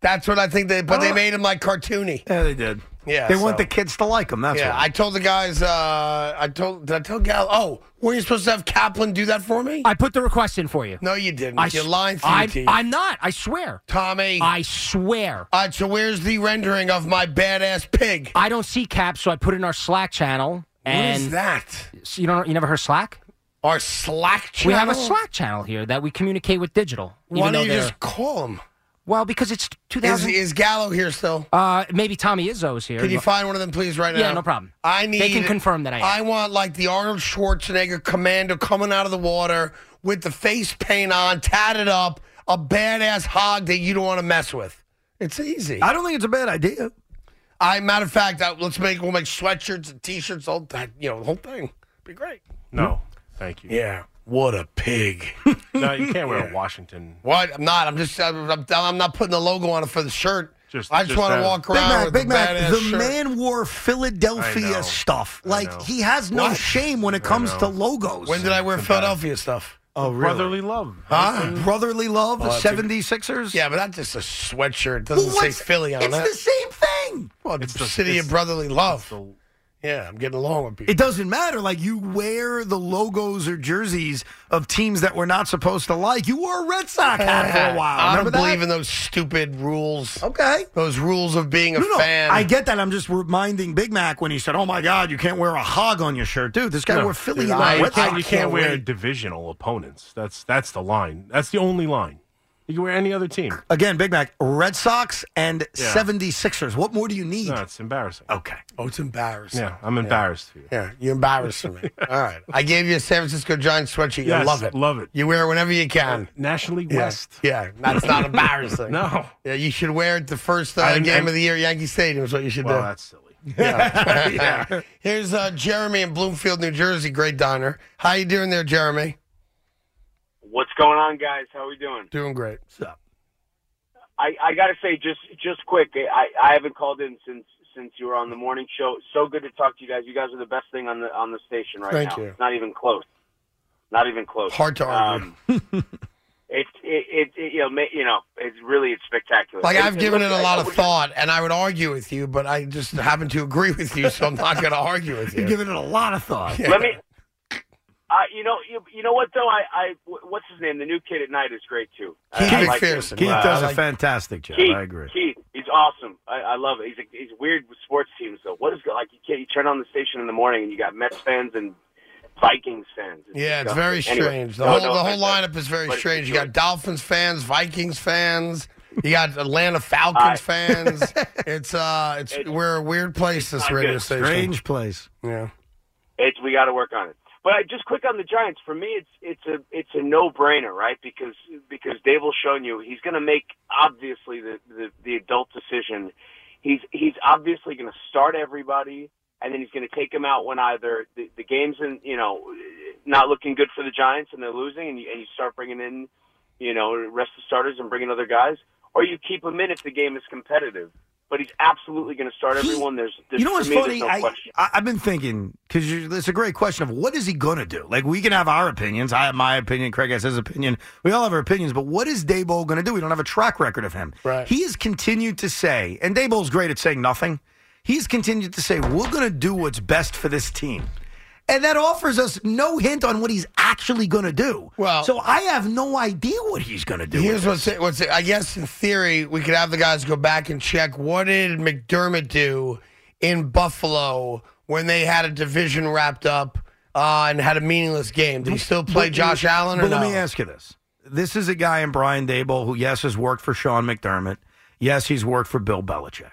[SPEAKER 2] That's what I think they. But they made him like cartoony.
[SPEAKER 4] yeah, they did.
[SPEAKER 2] Yeah,
[SPEAKER 4] they want
[SPEAKER 2] so-
[SPEAKER 4] the kids to like them. That's
[SPEAKER 2] Yeah,
[SPEAKER 4] what.
[SPEAKER 2] I told the guys. Uh, I told. Did I tell Gal? Oh, were you supposed to have Kaplan do that for me?
[SPEAKER 7] I put the request in for you.
[SPEAKER 2] no, you didn't.
[SPEAKER 7] I
[SPEAKER 2] You're
[SPEAKER 7] s-
[SPEAKER 2] lying through your
[SPEAKER 7] I'm,
[SPEAKER 2] teeth.
[SPEAKER 7] I'm not. I swear.
[SPEAKER 2] Tommy.
[SPEAKER 7] I swear.
[SPEAKER 2] All right, so where's the rendering of my badass pig?
[SPEAKER 7] I don't see caps, so I put it in our Slack channel. And
[SPEAKER 2] what is that?
[SPEAKER 7] you don't. You never heard Slack?
[SPEAKER 2] Our Slack channel.
[SPEAKER 7] We have a Slack channel here that we communicate with digital.
[SPEAKER 2] Why
[SPEAKER 7] even though
[SPEAKER 2] don't you
[SPEAKER 7] they're-
[SPEAKER 2] just call him?
[SPEAKER 7] well, because it's
[SPEAKER 2] Is
[SPEAKER 7] 2000.
[SPEAKER 2] is Gallo here still?
[SPEAKER 7] uh, maybe Tommy Izzo's here.
[SPEAKER 2] Can you find one of them, please, right now?
[SPEAKER 7] Yeah, no problem.
[SPEAKER 2] I need.
[SPEAKER 7] They can confirm that I am.
[SPEAKER 2] I want like the Arnold Schwarzenegger commando coming out of the water with the face paint on, tatted up, a badass hog that you don't want to mess with. It's easy.
[SPEAKER 4] I don't think it's a bad idea.
[SPEAKER 2] I matter of fact, I, let's make we'll make sweatshirts and t-shirts, all that you know, the whole thing. Be great.
[SPEAKER 3] No, thank you.
[SPEAKER 2] Yeah. What a pig.
[SPEAKER 3] No, you can't wear a Washington.
[SPEAKER 2] what? I'm not. I'm just. I'm, I'm, I'm not putting the logo on it for the shirt.
[SPEAKER 3] Just-
[SPEAKER 2] I just,
[SPEAKER 3] just
[SPEAKER 2] want to
[SPEAKER 3] that.
[SPEAKER 2] walk
[SPEAKER 4] Big
[SPEAKER 2] around
[SPEAKER 4] Mac,
[SPEAKER 2] with
[SPEAKER 4] Big
[SPEAKER 2] a
[SPEAKER 4] Mac,
[SPEAKER 2] badass
[SPEAKER 4] the
[SPEAKER 2] shirt.
[SPEAKER 4] man wore
[SPEAKER 3] I know.
[SPEAKER 4] Philadelphia stuff.
[SPEAKER 3] I
[SPEAKER 4] Like
[SPEAKER 3] know.
[SPEAKER 4] he has no
[SPEAKER 2] What?
[SPEAKER 4] shame when it comes to
[SPEAKER 3] know.
[SPEAKER 4] logos.
[SPEAKER 2] When did I wear Philadelphia stuff?
[SPEAKER 4] oh, really?
[SPEAKER 3] Brotherly love.
[SPEAKER 2] Huh?
[SPEAKER 4] Ah. Brotherly love,
[SPEAKER 2] that's a-
[SPEAKER 4] 76ers?
[SPEAKER 2] Yeah, but that's just a sweatshirt. It
[SPEAKER 4] Well,
[SPEAKER 2] doesn't say
[SPEAKER 4] what's-
[SPEAKER 2] Philly on
[SPEAKER 4] it's
[SPEAKER 2] it.
[SPEAKER 4] the same thing.
[SPEAKER 2] well, it's the
[SPEAKER 3] the-
[SPEAKER 2] city
[SPEAKER 3] it's-
[SPEAKER 2] of brotherly love.
[SPEAKER 3] So
[SPEAKER 2] Yeah, I'm getting along with people.
[SPEAKER 4] It doesn't matter. Like you wear the logos or jerseys of teams that we're not supposed to like. You wore a Red Sox hat for a while.
[SPEAKER 2] I
[SPEAKER 4] Remember
[SPEAKER 2] don't believe
[SPEAKER 4] that?
[SPEAKER 2] in those stupid rules.
[SPEAKER 4] okay.
[SPEAKER 2] Those rules of being a
[SPEAKER 4] No, no,
[SPEAKER 2] fan.
[SPEAKER 4] I get that. I'm just reminding Big Mac when he said, "Oh my God, you can't wear a hog on your shirt, dude." This guy
[SPEAKER 3] No,
[SPEAKER 4] wore Philly.
[SPEAKER 2] dude,
[SPEAKER 4] on
[SPEAKER 2] I-
[SPEAKER 4] the
[SPEAKER 3] You
[SPEAKER 4] Red
[SPEAKER 2] I
[SPEAKER 3] can't,
[SPEAKER 4] Sox.
[SPEAKER 3] you can't
[SPEAKER 2] can't
[SPEAKER 3] wear
[SPEAKER 2] wait.
[SPEAKER 3] divisional opponents. That's that's the line. That's the only line. You can wear any other team.
[SPEAKER 4] Again, Big Mac, Red Sox and
[SPEAKER 3] Yeah.
[SPEAKER 4] 76ers. What more do you need?
[SPEAKER 3] No, it's embarrassing.
[SPEAKER 4] Okay.
[SPEAKER 2] oh, it's embarrassing.
[SPEAKER 3] Yeah, I'm embarrassed for you.
[SPEAKER 2] Yeah, you're embarrassing me. All right. I gave you a San Francisco Giants sweatshirt. You
[SPEAKER 3] Yes,
[SPEAKER 2] love it.
[SPEAKER 3] love it.
[SPEAKER 2] You wear it whenever you can.
[SPEAKER 3] National League
[SPEAKER 2] Yeah.
[SPEAKER 3] West.
[SPEAKER 2] Yeah, that's not embarrassing.
[SPEAKER 3] No.
[SPEAKER 2] Yeah, you should wear it the first uh,
[SPEAKER 3] I-
[SPEAKER 2] game
[SPEAKER 3] I-
[SPEAKER 2] of the year, Yankee Stadium is what you should
[SPEAKER 3] Well,
[SPEAKER 2] do.
[SPEAKER 3] that's silly.
[SPEAKER 2] Here's uh, Jeremy in Bloomfield, New Jersey. Great diner. How you doing there, Jeremy?
[SPEAKER 8] What's going on, guys? How we doing?
[SPEAKER 2] Doing great.
[SPEAKER 8] I, I gotta say, just just quick, I, I haven't called in since since you were on the morning show. So good to talk to you guys. You guys are the best thing on the on the station right
[SPEAKER 2] Thank
[SPEAKER 8] now.
[SPEAKER 2] you.
[SPEAKER 8] It's Not even close. Not even close.
[SPEAKER 2] Hard to argue.
[SPEAKER 8] Um, it, it, it it you know ma- you know it's really it's spectacular.
[SPEAKER 2] Like
[SPEAKER 8] And-
[SPEAKER 2] I've
[SPEAKER 8] and
[SPEAKER 2] given it
[SPEAKER 8] look,
[SPEAKER 2] a
[SPEAKER 8] I-
[SPEAKER 2] lot
[SPEAKER 8] I
[SPEAKER 2] of
[SPEAKER 8] wish-
[SPEAKER 2] thought, and I would argue with you, but I just happen to agree with you, so I'm not going to argue with
[SPEAKER 4] You're
[SPEAKER 2] you.
[SPEAKER 4] giving it a lot of thought.
[SPEAKER 8] Let me. Uh, you know, you, you know what though? I, I, what's his name? The new kid at night is great too. I-
[SPEAKER 2] Keith
[SPEAKER 8] I like him.
[SPEAKER 2] McPherson.
[SPEAKER 4] Keith
[SPEAKER 2] Wow.
[SPEAKER 4] does
[SPEAKER 2] I
[SPEAKER 4] a
[SPEAKER 2] like-
[SPEAKER 4] fantastic job.
[SPEAKER 8] Keith,
[SPEAKER 4] I agree.
[SPEAKER 8] Keith, he's awesome. I, I love it. He's a, he's weird with sports teams though. What is like? You can't you turn on the station in the morning and you got Mets fans and Vikings fans.
[SPEAKER 2] Yeah, it's
[SPEAKER 8] disgusting.
[SPEAKER 2] very
[SPEAKER 8] Anyway,
[SPEAKER 2] strange. The
[SPEAKER 8] no,
[SPEAKER 2] whole
[SPEAKER 8] no
[SPEAKER 2] the whole
[SPEAKER 8] offense,
[SPEAKER 2] lineup is very
[SPEAKER 8] but it's
[SPEAKER 2] strange. You
[SPEAKER 8] enjoyable.
[SPEAKER 2] got Dolphins fans, Vikings fans, you got Atlanta Falcons
[SPEAKER 8] Aye.
[SPEAKER 2] fans. It's uh, it's we're a weird place. This
[SPEAKER 8] not
[SPEAKER 2] radio
[SPEAKER 8] good.
[SPEAKER 2] station.
[SPEAKER 4] Strange place.
[SPEAKER 2] Yeah.
[SPEAKER 8] It's we got to work on it. But I, just quick on the Giants. For me, it's it's a it's a no brainer, right? Because because Dable's shown you he's going to make obviously the, the the adult decision. He's he's obviously going to start everybody, and then he's going to take them out when either the, the game's in you know not looking good for the Giants and they're losing, and you, and you start bringing in you know rest the starters and bringing other guys, or you keep them in if the game is competitive. But he's absolutely going to start
[SPEAKER 4] He-
[SPEAKER 8] everyone. There's, there's
[SPEAKER 4] You know
[SPEAKER 8] for
[SPEAKER 4] what's
[SPEAKER 8] me, there's
[SPEAKER 4] funny?
[SPEAKER 8] no
[SPEAKER 4] I,
[SPEAKER 8] question.
[SPEAKER 4] I, I've been thinking because it's a great question of what is he going to do. Like we can have our opinions. I have my opinion. Craig has his opinion. We all have our opinions. But what is Dayball going to do? We don't have a track record of him.
[SPEAKER 2] Right.
[SPEAKER 4] He has continued to say, and Dayball's great at saying nothing. He's continued to say, "We're going to do what's best for this team." And that offers us no hint on what he's actually going to do.
[SPEAKER 2] Well-
[SPEAKER 4] so I have no idea what he's going to do.
[SPEAKER 2] Here's what's it, what's it, I guess in theory we could have the guys go back and check what did McDermott do in Buffalo when they had a division wrapped up uh, and had a meaningless game. Did he still play
[SPEAKER 4] But-
[SPEAKER 2] Josh Allen or
[SPEAKER 4] But let
[SPEAKER 2] no?
[SPEAKER 4] me ask you this: This is a guy in Brian Dable who, yes, has worked for Sean McDermott. Yes, he's worked for Bill Belichick.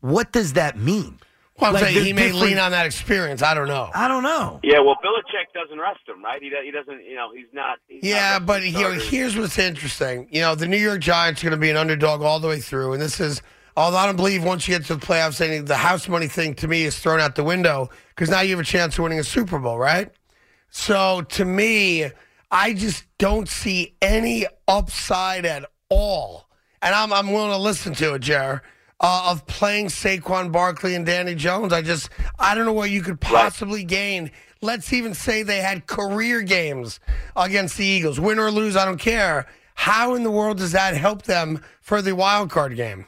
[SPEAKER 4] What does that mean?
[SPEAKER 2] well, I'm
[SPEAKER 4] Like,
[SPEAKER 2] saying he
[SPEAKER 4] they're
[SPEAKER 2] may
[SPEAKER 4] different-
[SPEAKER 2] lean on that experience. I don't know.
[SPEAKER 4] I don't know.
[SPEAKER 8] Yeah, well, Belichick doesn't rest him, right? He, do- he doesn't, you know, he's not. He's
[SPEAKER 2] Yeah,
[SPEAKER 8] not resting
[SPEAKER 2] but here,
[SPEAKER 8] starters.
[SPEAKER 2] here's what's interesting. You know, the New York Giants are going to be an underdog all the way through, and this is. Although I don't believe once you get to the playoffs, any the house money thing to me is thrown out the window because now you have a chance of winning a Super Bowl, right? So to me, I just don't see any upside at all. And I'm, I'm willing to listen to it, Jer, uh, of playing Saquon Barkley and Danny Jones. I just, I don't know what you could possibly gain. Let's even say they had career games against the Eagles. Win or lose, I don't care. How in the world does that help them for the wild card game?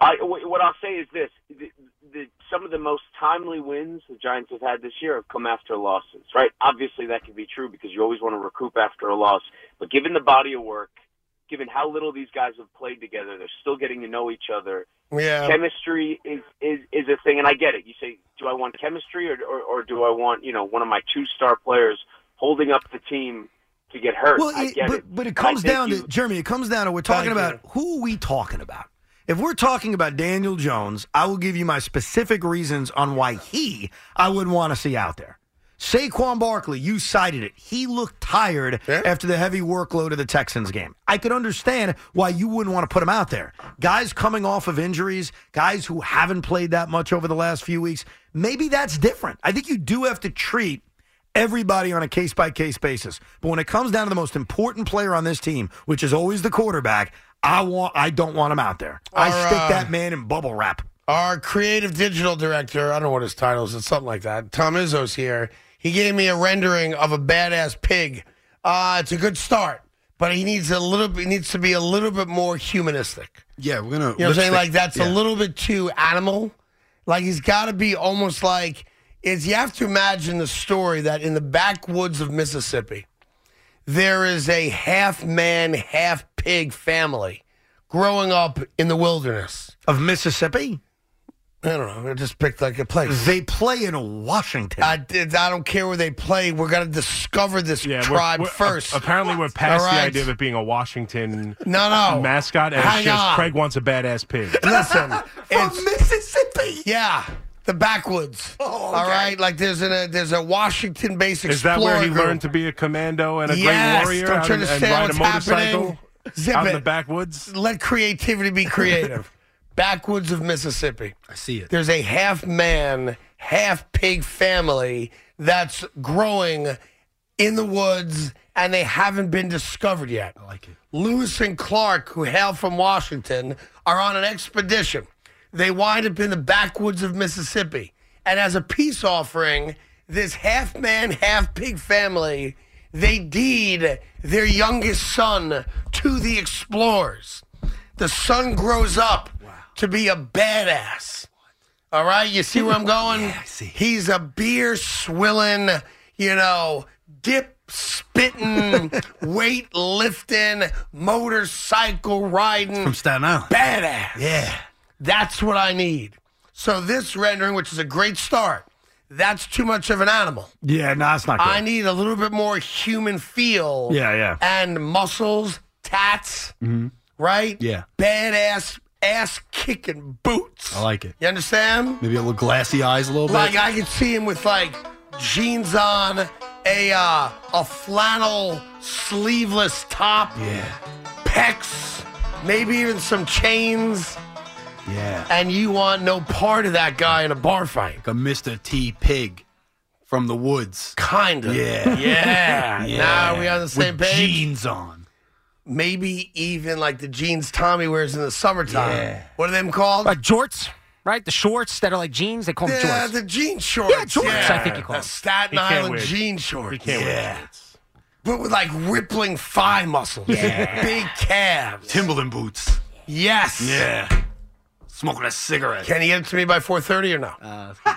[SPEAKER 8] I, wh- what I'll say is this: the, the, some of the most timely wins the Giants have had this year have come after losses, right? Obviously, that could be true because you always want to recoup after a loss. But given the body of work, given how little these guys have played together, they're still getting to know each other.
[SPEAKER 2] Yeah.
[SPEAKER 8] chemistry is, is is a thing, and I get it. You say, do I want chemistry, or or, or do I want you know one of my two star players holding up the team to get hurt?
[SPEAKER 4] Well,
[SPEAKER 8] I
[SPEAKER 4] it,
[SPEAKER 8] get
[SPEAKER 4] but,
[SPEAKER 8] it.
[SPEAKER 4] but it
[SPEAKER 8] And I
[SPEAKER 4] comes
[SPEAKER 8] think
[SPEAKER 4] down
[SPEAKER 8] you-
[SPEAKER 4] to Jeremy. It comes down to we're talking
[SPEAKER 2] Thank
[SPEAKER 4] about who are we talking about. If we're talking about Daniel Jones, I will give you my specific reasons on why he I would want to see out there. Saquon Barkley, you cited it. He looked tired
[SPEAKER 2] Yeah.
[SPEAKER 4] after the heavy workload of the Texans game. I could understand why you wouldn't want to put him out there. Guys coming off of injuries, guys who haven't played that much over the last few weeks, maybe that's different. I think you do have to treat everybody on a case by case basis. But when it comes down to the most important player on this team, which is always the quarterback, I want I don't want him out there. I
[SPEAKER 2] Our,
[SPEAKER 4] stick
[SPEAKER 2] uh,
[SPEAKER 4] that man in bubble wrap.
[SPEAKER 2] Our creative digital director, I don't know what his title is, it's something like that. Tom Izzo's here. He gave me a rendering of a badass pig. Uh, it's a good start, but he needs a little bit needs to be a little bit more humanistic.
[SPEAKER 9] Yeah, we're gonna.
[SPEAKER 2] You know what I'm saying?
[SPEAKER 9] lipstick-
[SPEAKER 2] Like that's
[SPEAKER 9] yeah.
[SPEAKER 2] a little bit too animal. Like he's got to be almost like it's. You have to imagine the story that in the backwoods of Mississippi, there is a half man, half pig family growing up in the wilderness.
[SPEAKER 4] of Mississippi.
[SPEAKER 2] I don't know. I just picked like a place.
[SPEAKER 4] They play in Washington.
[SPEAKER 2] I, did- I don't care where they play. We're gonna discover this
[SPEAKER 3] Yeah, we're-
[SPEAKER 2] tribe
[SPEAKER 3] we're- uh, a-
[SPEAKER 2] first.
[SPEAKER 3] apparently, we're past
[SPEAKER 2] All right.
[SPEAKER 3] the idea of it being a Washington
[SPEAKER 2] No, no.
[SPEAKER 3] mascot. And
[SPEAKER 2] Hang
[SPEAKER 3] it's just
[SPEAKER 2] on.
[SPEAKER 3] Craig wants a badass pig.
[SPEAKER 2] Listen,
[SPEAKER 4] From
[SPEAKER 2] it's
[SPEAKER 4] Mississippi.
[SPEAKER 2] yeah, the backwoods.
[SPEAKER 4] Oh, okay.
[SPEAKER 2] All right, like there's an, a there's a Washington based
[SPEAKER 3] Is that where he
[SPEAKER 2] group.
[SPEAKER 3] learned to be a commando and a
[SPEAKER 2] yes,
[SPEAKER 3] great warrior
[SPEAKER 2] don't
[SPEAKER 3] out
[SPEAKER 2] you
[SPEAKER 3] and, and
[SPEAKER 2] understand
[SPEAKER 3] ride a
[SPEAKER 2] what's
[SPEAKER 3] motorcycle
[SPEAKER 2] happening? Zip
[SPEAKER 3] out
[SPEAKER 2] it.
[SPEAKER 3] in the backwoods?
[SPEAKER 2] Let creativity be creative. backwoods of Mississippi.
[SPEAKER 4] I see it.
[SPEAKER 2] There's a half man, half pig family that's growing in the woods and they haven't been discovered yet. I like it. Lewis and Clark, who hail from Washington, are on an expedition. They wind up in the backwoods of Mississippi. And as a peace offering, this half man, half pig family, they deed their youngest son to the explorers. The son grows up to be a badass. All right, you see where I'm going?
[SPEAKER 4] Yeah, I see.
[SPEAKER 2] He's a beer swilling, you know, dip spitting, weight lifting, motorcycle riding,
[SPEAKER 4] From Staten Island.
[SPEAKER 2] badass.
[SPEAKER 4] Yeah.
[SPEAKER 2] That's what I need. So this rendering, which is a great start, that's too much of an animal.
[SPEAKER 4] Yeah, no, it's not good.
[SPEAKER 2] I need a little bit more human feel.
[SPEAKER 4] Yeah, yeah. Mm-hmm.
[SPEAKER 2] And muscles, tats, right?
[SPEAKER 4] Yeah.
[SPEAKER 2] Badass ass kicking boots.
[SPEAKER 4] I like it.
[SPEAKER 2] You understand?
[SPEAKER 4] Maybe a little glassy eyes a little bit.
[SPEAKER 2] Like I could see him with like jeans on, a uh, a flannel sleeveless top,
[SPEAKER 4] yeah.
[SPEAKER 2] pecs, maybe even some chains,
[SPEAKER 4] Yeah.
[SPEAKER 2] and you want no part of that guy in a bar fight.
[SPEAKER 4] Like a Mr. T pig from the woods.
[SPEAKER 2] Kinda.
[SPEAKER 4] Yeah.
[SPEAKER 2] Yeah. Now we on the same
[SPEAKER 4] With
[SPEAKER 2] page.
[SPEAKER 4] Jeans on.
[SPEAKER 2] Maybe even like the jeans Tommy wears in the summertime.
[SPEAKER 4] Yeah.
[SPEAKER 2] What are them called?
[SPEAKER 7] Uh, jorts, right? The shorts that are like jeans. They call them
[SPEAKER 2] yeah,
[SPEAKER 7] jorts.
[SPEAKER 2] the jean shorts.
[SPEAKER 7] Yeah, jorts, I think you call
[SPEAKER 2] The
[SPEAKER 7] them.
[SPEAKER 2] Staten
[SPEAKER 3] He can't
[SPEAKER 2] Island
[SPEAKER 3] wear-
[SPEAKER 2] jean shorts.
[SPEAKER 3] He can't
[SPEAKER 4] Yeah.
[SPEAKER 3] wear shorts.
[SPEAKER 2] But with like rippling thigh muscles. Big calves.
[SPEAKER 4] Timberland boots.
[SPEAKER 2] Yes.
[SPEAKER 4] Yeah. Smoking a cigarette.
[SPEAKER 2] Can he get it to me by 4.30 or no?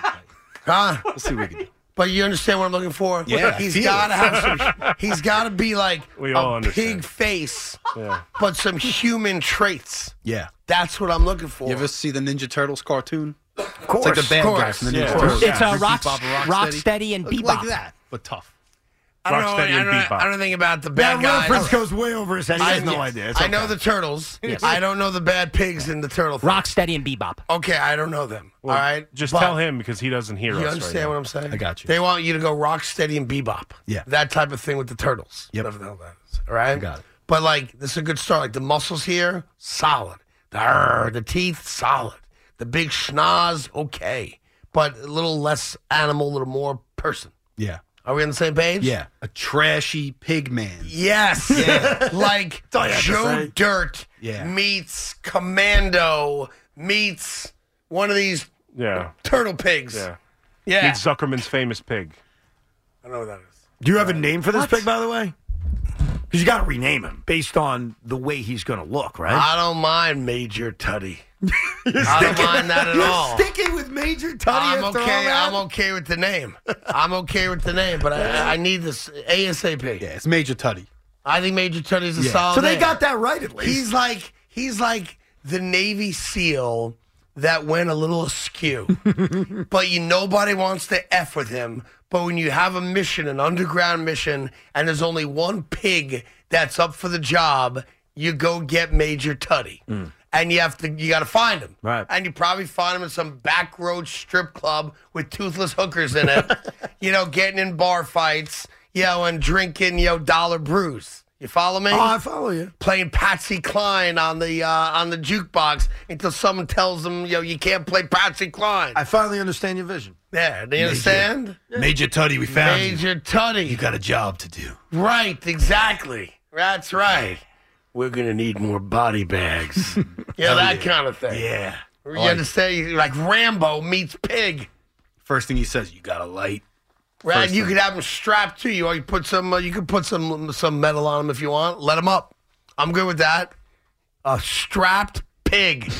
[SPEAKER 2] huh?
[SPEAKER 4] We'll see what we can do.
[SPEAKER 2] But you understand what I'm looking for?
[SPEAKER 4] Yeah, I
[SPEAKER 2] He's
[SPEAKER 4] feel
[SPEAKER 2] got to
[SPEAKER 4] it.
[SPEAKER 2] have some, he's got to be like
[SPEAKER 3] We
[SPEAKER 2] a
[SPEAKER 3] all understand.
[SPEAKER 2] pig face,
[SPEAKER 3] Yeah.
[SPEAKER 2] but some human traits.
[SPEAKER 9] Yeah.
[SPEAKER 2] That's what I'm looking for.
[SPEAKER 9] You ever see the Ninja Turtles cartoon?
[SPEAKER 2] of course,
[SPEAKER 9] it's like the bad
[SPEAKER 2] of course.
[SPEAKER 9] guy from the Ninja
[SPEAKER 3] Yeah.
[SPEAKER 9] Turtles.
[SPEAKER 7] It's uh,
[SPEAKER 9] Ricky
[SPEAKER 7] rock,
[SPEAKER 9] Bobba
[SPEAKER 7] rocksteady. and
[SPEAKER 9] Look
[SPEAKER 7] bebop.
[SPEAKER 9] Like that, but tough.
[SPEAKER 2] I don't know.
[SPEAKER 3] Rocksteady
[SPEAKER 2] I
[SPEAKER 3] and
[SPEAKER 2] don't, know-
[SPEAKER 3] Bebop.
[SPEAKER 2] I don't think about the bad guys.
[SPEAKER 4] goes way over his head. He
[SPEAKER 2] I
[SPEAKER 4] has no idea. It's
[SPEAKER 2] I
[SPEAKER 4] okay.
[SPEAKER 2] know the turtles. I don't know the bad pigs in the turtle. thing.
[SPEAKER 7] Rocksteady and bebop.
[SPEAKER 2] Okay, I don't know them.
[SPEAKER 3] Well,
[SPEAKER 2] all right,
[SPEAKER 3] Just
[SPEAKER 2] but
[SPEAKER 3] tell him because he doesn't hear
[SPEAKER 2] You
[SPEAKER 3] us.
[SPEAKER 2] understand
[SPEAKER 3] right
[SPEAKER 2] what
[SPEAKER 3] now.
[SPEAKER 2] I'm saying?
[SPEAKER 9] I got you.
[SPEAKER 2] They want you to go rock steady and bebop.
[SPEAKER 9] Yeah.
[SPEAKER 2] that type of thing with the turtles.
[SPEAKER 9] Yep.
[SPEAKER 2] whatever the hell that is. All right, I
[SPEAKER 9] got it.
[SPEAKER 2] But like, this is a good start. Like the muscles here, solid. The, arr, the teeth, solid. The big schnoz, okay, but a little less animal, a little more person.
[SPEAKER 9] Yeah.
[SPEAKER 2] Are we on the same page?
[SPEAKER 9] Yeah. A trashy pig man.
[SPEAKER 2] Yes. like
[SPEAKER 4] you have to
[SPEAKER 2] Joe
[SPEAKER 4] say.
[SPEAKER 2] Dirt
[SPEAKER 9] Yeah.
[SPEAKER 2] meets Commando meets one of these
[SPEAKER 3] Yeah.
[SPEAKER 2] turtle pigs.
[SPEAKER 3] Yeah.
[SPEAKER 2] Yeah.
[SPEAKER 3] It's Zuckerman's famous pig.
[SPEAKER 2] I know what that is.
[SPEAKER 4] Do you have a name for this pig, by the way? Because you got to rename him based on the way he's going to look, right?
[SPEAKER 2] I don't mind Major Tutty. I don't mind that at all.
[SPEAKER 4] Sticking with Major Tutty
[SPEAKER 2] I'm
[SPEAKER 4] after
[SPEAKER 2] okay.
[SPEAKER 4] all
[SPEAKER 2] I'm okay with the name. I'm okay with the name, but I, I need this ASAP.
[SPEAKER 9] Yeah, it's Major Tutty.
[SPEAKER 2] I think Major Tutty's a
[SPEAKER 9] Yeah.
[SPEAKER 2] solid.
[SPEAKER 4] So they
[SPEAKER 2] name.
[SPEAKER 4] got that right at least.
[SPEAKER 2] He's like he's like the Navy SEAL that went a little askew. but you nobody wants to F with him. But when you have a mission, an underground mission, and there's only one pig that's up for the job, you go get Major Tutty. And you have to you gotta find him.
[SPEAKER 4] Mm. Right.
[SPEAKER 2] And you probably find him in some back road strip club with toothless hookers in it. you know, getting in bar fights, you know, and drinking, you know, dollar brews. You follow me?
[SPEAKER 4] oh, I follow you.
[SPEAKER 2] playing Patsy Cline on the uh, on the jukebox until someone tells them, "Yo, you can't play Patsy Cline."
[SPEAKER 4] I finally understand your vision.
[SPEAKER 2] yeah, do you understand?
[SPEAKER 9] Major Tutty, we found you.
[SPEAKER 2] Major Tutty.
[SPEAKER 9] You got a job to do.
[SPEAKER 2] right, exactly. That's right.
[SPEAKER 4] We're going to need more body bags.
[SPEAKER 2] Yeah, that kind of thing.
[SPEAKER 4] yeah.
[SPEAKER 2] You understand? You- Like Rambo meets Pig.
[SPEAKER 9] First thing he says, you got a light.
[SPEAKER 2] Right,
[SPEAKER 9] First
[SPEAKER 2] you
[SPEAKER 9] thing.
[SPEAKER 2] could have him strapped to you, or you put some. Uh, you could put some some metal on him if you want. Let him up. I'm good with that. A strapped pig.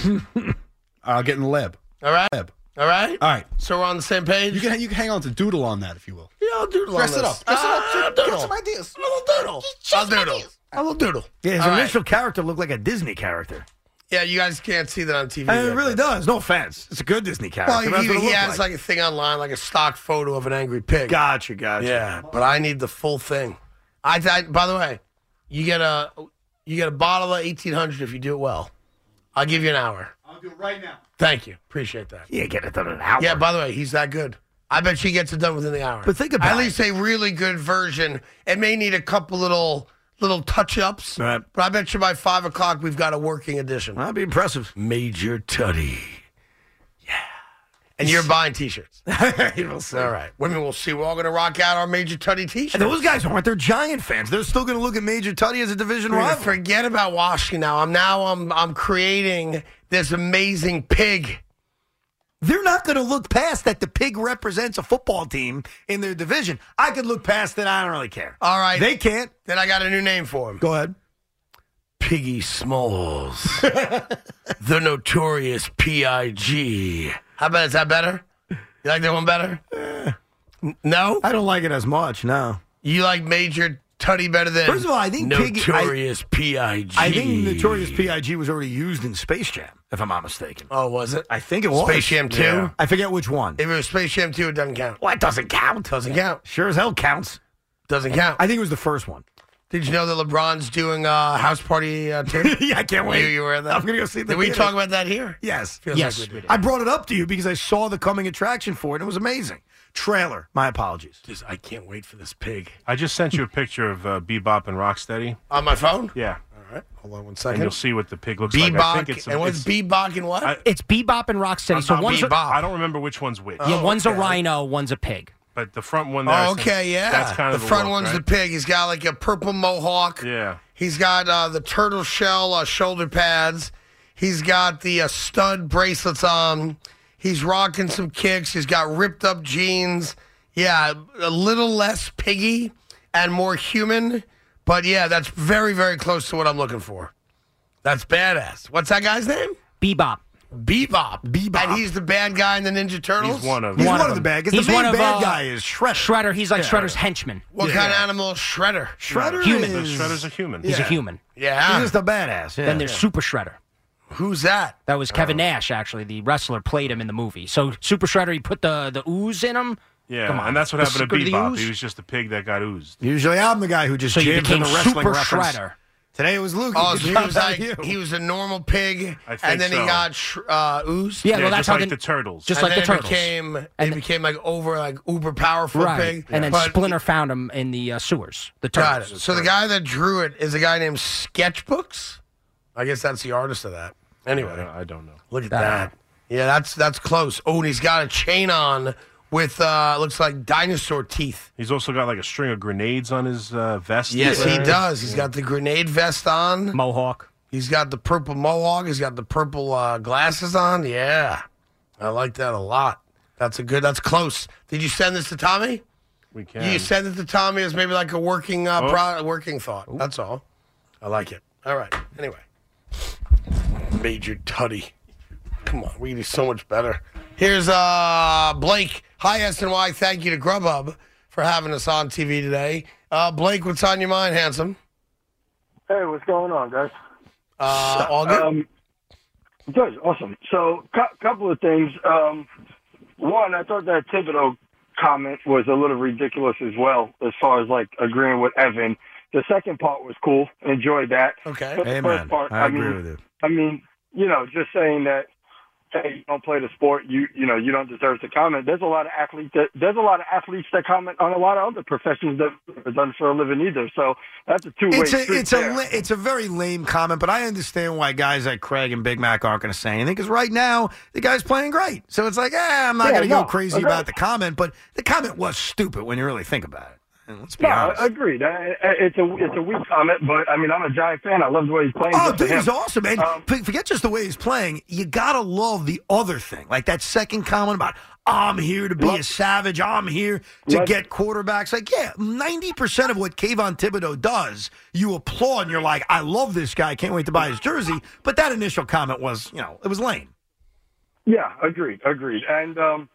[SPEAKER 9] I'll get in the lab.
[SPEAKER 2] All right.
[SPEAKER 9] Lab.
[SPEAKER 2] All right?
[SPEAKER 9] All right.
[SPEAKER 2] So we're on the same page?
[SPEAKER 9] You can you can hang on to doodle on that if you will.
[SPEAKER 2] yeah, I'll doodle
[SPEAKER 9] Dress
[SPEAKER 2] on
[SPEAKER 9] it
[SPEAKER 2] this.
[SPEAKER 9] up. Dress it up.
[SPEAKER 2] Ah, I'll
[SPEAKER 9] Give us
[SPEAKER 2] doodle.
[SPEAKER 9] some ideas.
[SPEAKER 2] A little doodle. I'll doodle. A little doodle.
[SPEAKER 4] Yeah, his
[SPEAKER 2] All right.
[SPEAKER 4] initial character looked like a Disney character.
[SPEAKER 2] Yeah, you guys can't see that on TV.
[SPEAKER 4] I mean, it
[SPEAKER 2] yet,
[SPEAKER 4] really
[SPEAKER 2] but-
[SPEAKER 4] does. No offense. It's a good Disney character.
[SPEAKER 2] Well,
[SPEAKER 4] but that's
[SPEAKER 2] he,
[SPEAKER 4] what it
[SPEAKER 2] he
[SPEAKER 4] looked
[SPEAKER 2] has like a thing online, like a stock photo of an angry pig.
[SPEAKER 4] Gotcha, gotcha.
[SPEAKER 2] Yeah, but I need the full thing. I, I by the way, you get a you get a bottle of eighteen hundred if you do it well. I'll give you an hour.
[SPEAKER 9] I'll do it right now.
[SPEAKER 2] Thank you, appreciate that.
[SPEAKER 4] You get it done in an hour.
[SPEAKER 2] Yeah, by the way, he's that good. I bet she gets it done within the hour.
[SPEAKER 4] But think about
[SPEAKER 2] at least a really good version. It may need a couple little little touch ups,
[SPEAKER 4] Right.
[SPEAKER 2] but I bet you by five o'clock we've got a working edition.
[SPEAKER 4] that'd be impressive.
[SPEAKER 2] Major Tutty. Yeah. And you're buying t-shirts.
[SPEAKER 4] We'll see.
[SPEAKER 2] All right. Women will see. We're all going to rock out our Major Tutty t-shirts.
[SPEAKER 4] And those guys aren't. They're Giant fans. They're still going to look at Major Tutty as a division
[SPEAKER 2] We're gonna
[SPEAKER 4] rival.
[SPEAKER 2] forget about washing now. I'm now I'm I'm creating this amazing pig.
[SPEAKER 4] They're not going to look past that the pig represents a football team in their division. I could look past it. I don't really care.
[SPEAKER 2] All right.
[SPEAKER 4] They can't.
[SPEAKER 2] then I got a new name for him.
[SPEAKER 4] Go ahead.
[SPEAKER 2] Piggy Smalls. the notorious P.I.G. How about is that better? You like that one better?
[SPEAKER 4] Eh.
[SPEAKER 2] N- no?
[SPEAKER 4] I don't like it as much. No.
[SPEAKER 2] You like Major Tutty better than
[SPEAKER 4] First of all, I think Piggy- I-
[SPEAKER 2] Notorious P.I.G.
[SPEAKER 4] I think Notorious P.I.G. was already used in Space Jam, if I'm not mistaken.
[SPEAKER 2] Oh, was it?
[SPEAKER 4] I think it was
[SPEAKER 2] Space Jam 2?
[SPEAKER 4] Yeah. I forget which one.
[SPEAKER 2] If it was Space Jam 2, it doesn't count.
[SPEAKER 4] well, it doesn't count.
[SPEAKER 2] Doesn't count.
[SPEAKER 4] Sure as hell counts.
[SPEAKER 2] Doesn't count.
[SPEAKER 4] I think it was the first one.
[SPEAKER 2] Did you know that LeBron's doing uh, house party uh, too?
[SPEAKER 4] yeah, I can't
[SPEAKER 2] Knew
[SPEAKER 4] wait.
[SPEAKER 2] you were that.
[SPEAKER 4] I'm gonna go see the
[SPEAKER 2] Did we
[SPEAKER 4] theater.
[SPEAKER 2] talk about that here?
[SPEAKER 4] Yes.
[SPEAKER 2] Feels
[SPEAKER 7] Yes.
[SPEAKER 2] like we did.
[SPEAKER 4] I brought it up to you because I saw the coming attraction for it. It was amazing. Trailer. My apologies.
[SPEAKER 2] Just, I can't wait for this pig.
[SPEAKER 3] I just sent you a picture of uh, Bebop and Rocksteady.
[SPEAKER 2] On my phone?
[SPEAKER 3] Yeah,
[SPEAKER 2] Hold on one
[SPEAKER 3] and you'll
[SPEAKER 2] second.
[SPEAKER 3] see what the pig looks like. I think
[SPEAKER 2] Bebop.
[SPEAKER 3] it's a-
[SPEAKER 2] And what's
[SPEAKER 3] it's-
[SPEAKER 2] Bebop and what?
[SPEAKER 3] I-
[SPEAKER 7] It's Bebop and Rocksteady. So
[SPEAKER 3] I'm not- Oh,
[SPEAKER 7] one's a,
[SPEAKER 2] Bebop. Oh,
[SPEAKER 3] I don't remember which one's which,
[SPEAKER 7] yeah, one's
[SPEAKER 2] okay.
[SPEAKER 7] a rhino, one's a pig.
[SPEAKER 3] but the front one. There, I
[SPEAKER 2] oh,
[SPEAKER 3] sent-
[SPEAKER 2] okay, yeah.
[SPEAKER 3] That's kind of
[SPEAKER 2] the
[SPEAKER 3] the,
[SPEAKER 2] front
[SPEAKER 3] look,
[SPEAKER 2] one's the
[SPEAKER 3] right?
[SPEAKER 2] pig. He's got like a purple mohawk.
[SPEAKER 3] Yeah.
[SPEAKER 2] He's got uh, the turtle shell uh, shoulder pads. He's got the uh, stud bracelets on. He's rocking some kicks. He's got ripped up jeans. Yeah, a little less piggy and more human. But yeah, that's very, very close to what I'm looking for. That's badass. What's that guy's name?
[SPEAKER 7] Bebop.
[SPEAKER 2] Bebop. Bebop. And he's the bad guy in the Ninja Turtles?
[SPEAKER 3] He's one of
[SPEAKER 4] He's one,
[SPEAKER 3] them.
[SPEAKER 4] of, the bad guys. The
[SPEAKER 7] He's
[SPEAKER 4] main
[SPEAKER 7] one of,
[SPEAKER 4] bad
[SPEAKER 7] uh,
[SPEAKER 4] guy is Shredder.
[SPEAKER 7] Shredder, he's like Shredder's henchman.
[SPEAKER 2] What kind of animal is Shredder?
[SPEAKER 4] Shredder
[SPEAKER 7] Human.
[SPEAKER 3] The
[SPEAKER 4] is
[SPEAKER 3] Shredder's a human.
[SPEAKER 7] He's a human.
[SPEAKER 2] Yeah.
[SPEAKER 4] He's just a badass. Yeah.
[SPEAKER 7] Then there's Super Shredder.
[SPEAKER 2] Who's that?
[SPEAKER 7] That was Kevin
[SPEAKER 3] Oh.
[SPEAKER 7] Nash, actually. The wrestler played him in the movie. So Super Shredder, he put the, the ooze in him.
[SPEAKER 3] Yeah,
[SPEAKER 7] Come on.
[SPEAKER 3] and that's what
[SPEAKER 7] The
[SPEAKER 3] happened to
[SPEAKER 7] secret
[SPEAKER 3] Bebop.
[SPEAKER 7] of the ooze?
[SPEAKER 3] He was just a pig that got oozed.
[SPEAKER 4] Usually I'm the guy who just
[SPEAKER 7] So you
[SPEAKER 4] jibs in
[SPEAKER 7] became
[SPEAKER 4] the wrestling
[SPEAKER 7] Super
[SPEAKER 4] reference.
[SPEAKER 7] Shredder.
[SPEAKER 4] Today it was Luke.
[SPEAKER 2] Oh,
[SPEAKER 4] It
[SPEAKER 2] so he
[SPEAKER 4] comes
[SPEAKER 2] was
[SPEAKER 4] out
[SPEAKER 2] like
[SPEAKER 4] of you.
[SPEAKER 2] he was a normal pig,
[SPEAKER 3] I think
[SPEAKER 2] and then he
[SPEAKER 3] so.
[SPEAKER 2] got sh- uh, oozed.
[SPEAKER 7] Yeah,
[SPEAKER 3] Yeah,
[SPEAKER 7] well, that's
[SPEAKER 3] just
[SPEAKER 7] how
[SPEAKER 3] like the turtles.
[SPEAKER 7] Just
[SPEAKER 2] and
[SPEAKER 7] like
[SPEAKER 2] then
[SPEAKER 7] the
[SPEAKER 2] it
[SPEAKER 7] turtles.
[SPEAKER 2] became it
[SPEAKER 7] And-
[SPEAKER 2] became like over like uber powerful
[SPEAKER 7] right.
[SPEAKER 2] pig,
[SPEAKER 7] And then
[SPEAKER 2] But-
[SPEAKER 7] Splinter found him in the uh, sewers. The
[SPEAKER 2] Got
[SPEAKER 7] turtles.
[SPEAKER 2] it. So the guy that drew it is a guy named Sketchbooks. I guess that's the artist of that. Anyway,
[SPEAKER 3] I don't- I don't know.
[SPEAKER 2] look at that. Yeah, that's that's close. Oh, and he's got a chain on with uh looks like dinosaur teeth.
[SPEAKER 3] He's also got like a string of grenades on his uh, vest.
[SPEAKER 2] Yes, he
[SPEAKER 3] there.
[SPEAKER 2] does. He's got the grenade vest on.
[SPEAKER 7] Mohawk.
[SPEAKER 2] He's got the purple mohawk. He's got the purple uh, glasses on. Yeah, I like that a lot. That's a good. That's close. Did you send this to Tommy?
[SPEAKER 3] We can.
[SPEAKER 2] You send it to Tommy as maybe like a working uh,
[SPEAKER 3] Oh.
[SPEAKER 2] pro- working thought. That's all. I like it. All right. Anyway, Major Tutty. Come on, we can do so much better. Here's uh Blake. Hi SNY. Thank you to Grubhub for having us on TV today. Uh, Blake, what's on your mind, handsome?
[SPEAKER 10] Hey, what's going on, guys?
[SPEAKER 2] Uh, all good.
[SPEAKER 10] Um, good, awesome. So, cou- couple of things. Um, one, I thought that Thibodeau comment was a little ridiculous as well, as far as like agreeing with Evan. The second part was cool. Enjoyed that.
[SPEAKER 2] okay.
[SPEAKER 10] But the
[SPEAKER 4] Amen.
[SPEAKER 10] first part,
[SPEAKER 4] I
[SPEAKER 10] I,
[SPEAKER 4] agree
[SPEAKER 10] mean,
[SPEAKER 4] with you.
[SPEAKER 10] I mean, you know, just saying that hey, you don't play the sport, you you know, you don't deserve to comment. There's a lot of athletes that there's a lot of athletes that comment on a lot of other professions that are done for a living either. So that's a two way
[SPEAKER 4] It's
[SPEAKER 10] street.
[SPEAKER 4] a it's
[SPEAKER 10] there.
[SPEAKER 4] a la- it's a very lame comment, but I understand why guys like Craig and Big Mac aren't going to say anything because right now the guy's playing great. So it's like, eh, I'm not
[SPEAKER 10] Yeah,
[SPEAKER 4] going to
[SPEAKER 10] no,
[SPEAKER 4] go crazy
[SPEAKER 10] okay.
[SPEAKER 4] about the comment, but the comment was stupid when you really think about it. And let's be
[SPEAKER 10] No,
[SPEAKER 4] honest.
[SPEAKER 10] I- agreed. I, I, it's a it's a weak comment, but I mean I'm a Giant fan. I love the way he's playing.
[SPEAKER 4] Oh,
[SPEAKER 10] Good for
[SPEAKER 4] dude, he's
[SPEAKER 10] him.
[SPEAKER 4] awesome, man.
[SPEAKER 10] Um,
[SPEAKER 4] F- Forget just the way he's playing. You gotta love the other thing, like that second comment about "I'm here to be a savage. I'm here to
[SPEAKER 10] Love-
[SPEAKER 4] get quarterbacks." Like, yeah, ninety percent of what Kayvon Thibodeau does, you applaud and you're like, "I love this guy. I can't wait to buy his jersey." But that initial comment was, you know, it was lame.
[SPEAKER 10] Yeah, agreed, agreed. And um,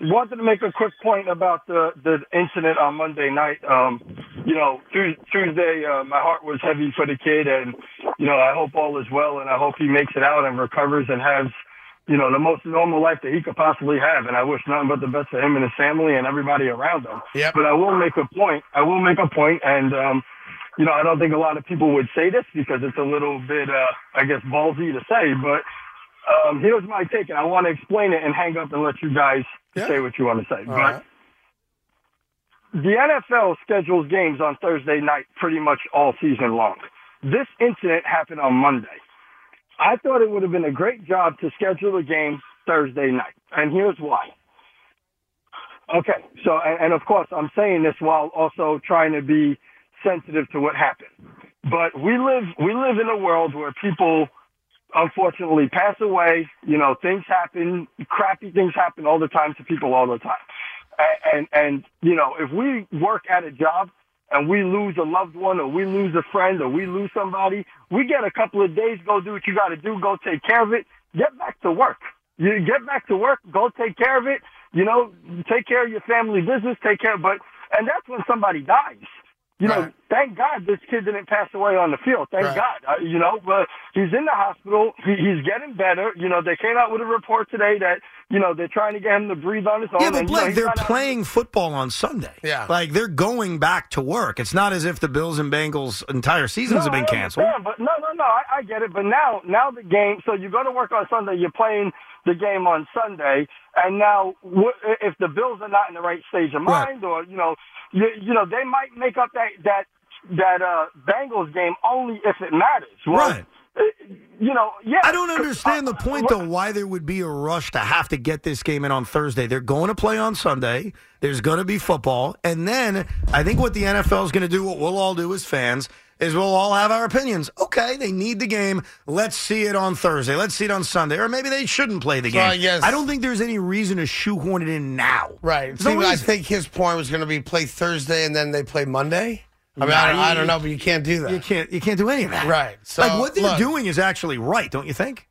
[SPEAKER 10] wanted to make a quick point about the the incident on Monday night. Um, you know, Tues- Tuesday, uh, my heart was heavy for the kid, and you know, I hope all is well, and I hope he makes it out and recovers and has, you know, the most normal life that he could possibly have. And I wish nothing but the best for him and his family and everybody around him.
[SPEAKER 2] Yep.
[SPEAKER 10] But I will make a point. I will make a point, and um, you know, I don't think a lot of people would say this because it's a little bit, uh, I guess, ballsy to say, but um, here's my take, and I want to explain it and hang up and let you guys say what you want to say. but the NFL schedules games on Thursday night pretty much all season long. This incident happened on Monday. I thought it would have been a great job to schedule a game Thursday night, and here's why. Okay, so and, and of course I'm saying this while also trying to be sensitive to what happened. But we live we live in a world where people unfortunately pass away. You know, things happen, crappy things happen all the time to people all the time. A- And, and, you know, if we work at a job and we lose a loved one or we lose a friend or we lose somebody, we get a couple of days, go do what you got to do, go take care of it, get back to work. You get back to work, go take care of it, you know, take care of your family business, take care, but, and that's when somebody dies you know, thank God this kid didn't pass away on the field. Thank God, uh, you know, but he's in the hospital. He, he's getting better. You know, they came out with a report today that you know they're trying to get him to breathe on his own.
[SPEAKER 4] Yeah, but
[SPEAKER 10] and, you know,
[SPEAKER 4] Blake,
[SPEAKER 10] he's
[SPEAKER 4] they're
[SPEAKER 10] not out-
[SPEAKER 4] playing football on Sunday. Yeah. Like, they're going back to work. It's not as if the Bills and Bengals' entire seasons have been
[SPEAKER 10] I
[SPEAKER 4] canceled.
[SPEAKER 10] understand, But no, no, no, I, I get it. But now, now the game. So you go to work on Sunday. You're playing the game on Sunday, and now what, if the Bills are not in the right stage of mind, or you know, you, you know, they might make up that that that uh, Bengals game only if it matters. Well,
[SPEAKER 4] Right.
[SPEAKER 10] uh, You know, yeah.
[SPEAKER 4] I don't understand the point, though, why there would be a rush to have to get this game in on Thursday. They're going to play on Sunday. There's going to be football. And then I think what the NFL is going to do, what we'll all do as fans, is we'll all have our opinions. Okay, they need the game. Let's see it on Thursday. Let's see it on Sunday. Or maybe they shouldn't play the
[SPEAKER 2] So
[SPEAKER 4] game.
[SPEAKER 2] I guess-
[SPEAKER 4] I don't think there's any reason to shoehorn it in now.
[SPEAKER 2] Right.
[SPEAKER 4] There's no
[SPEAKER 2] See, I
[SPEAKER 4] reason.
[SPEAKER 2] think his point was going to be play Thursday and then they play Monday. I mean, I, don't- I don't know, but you can't do that.
[SPEAKER 4] You can't, you can't do any of that.
[SPEAKER 2] Right. So
[SPEAKER 4] like, what they're
[SPEAKER 2] look,
[SPEAKER 4] doing is actually right, don't you think?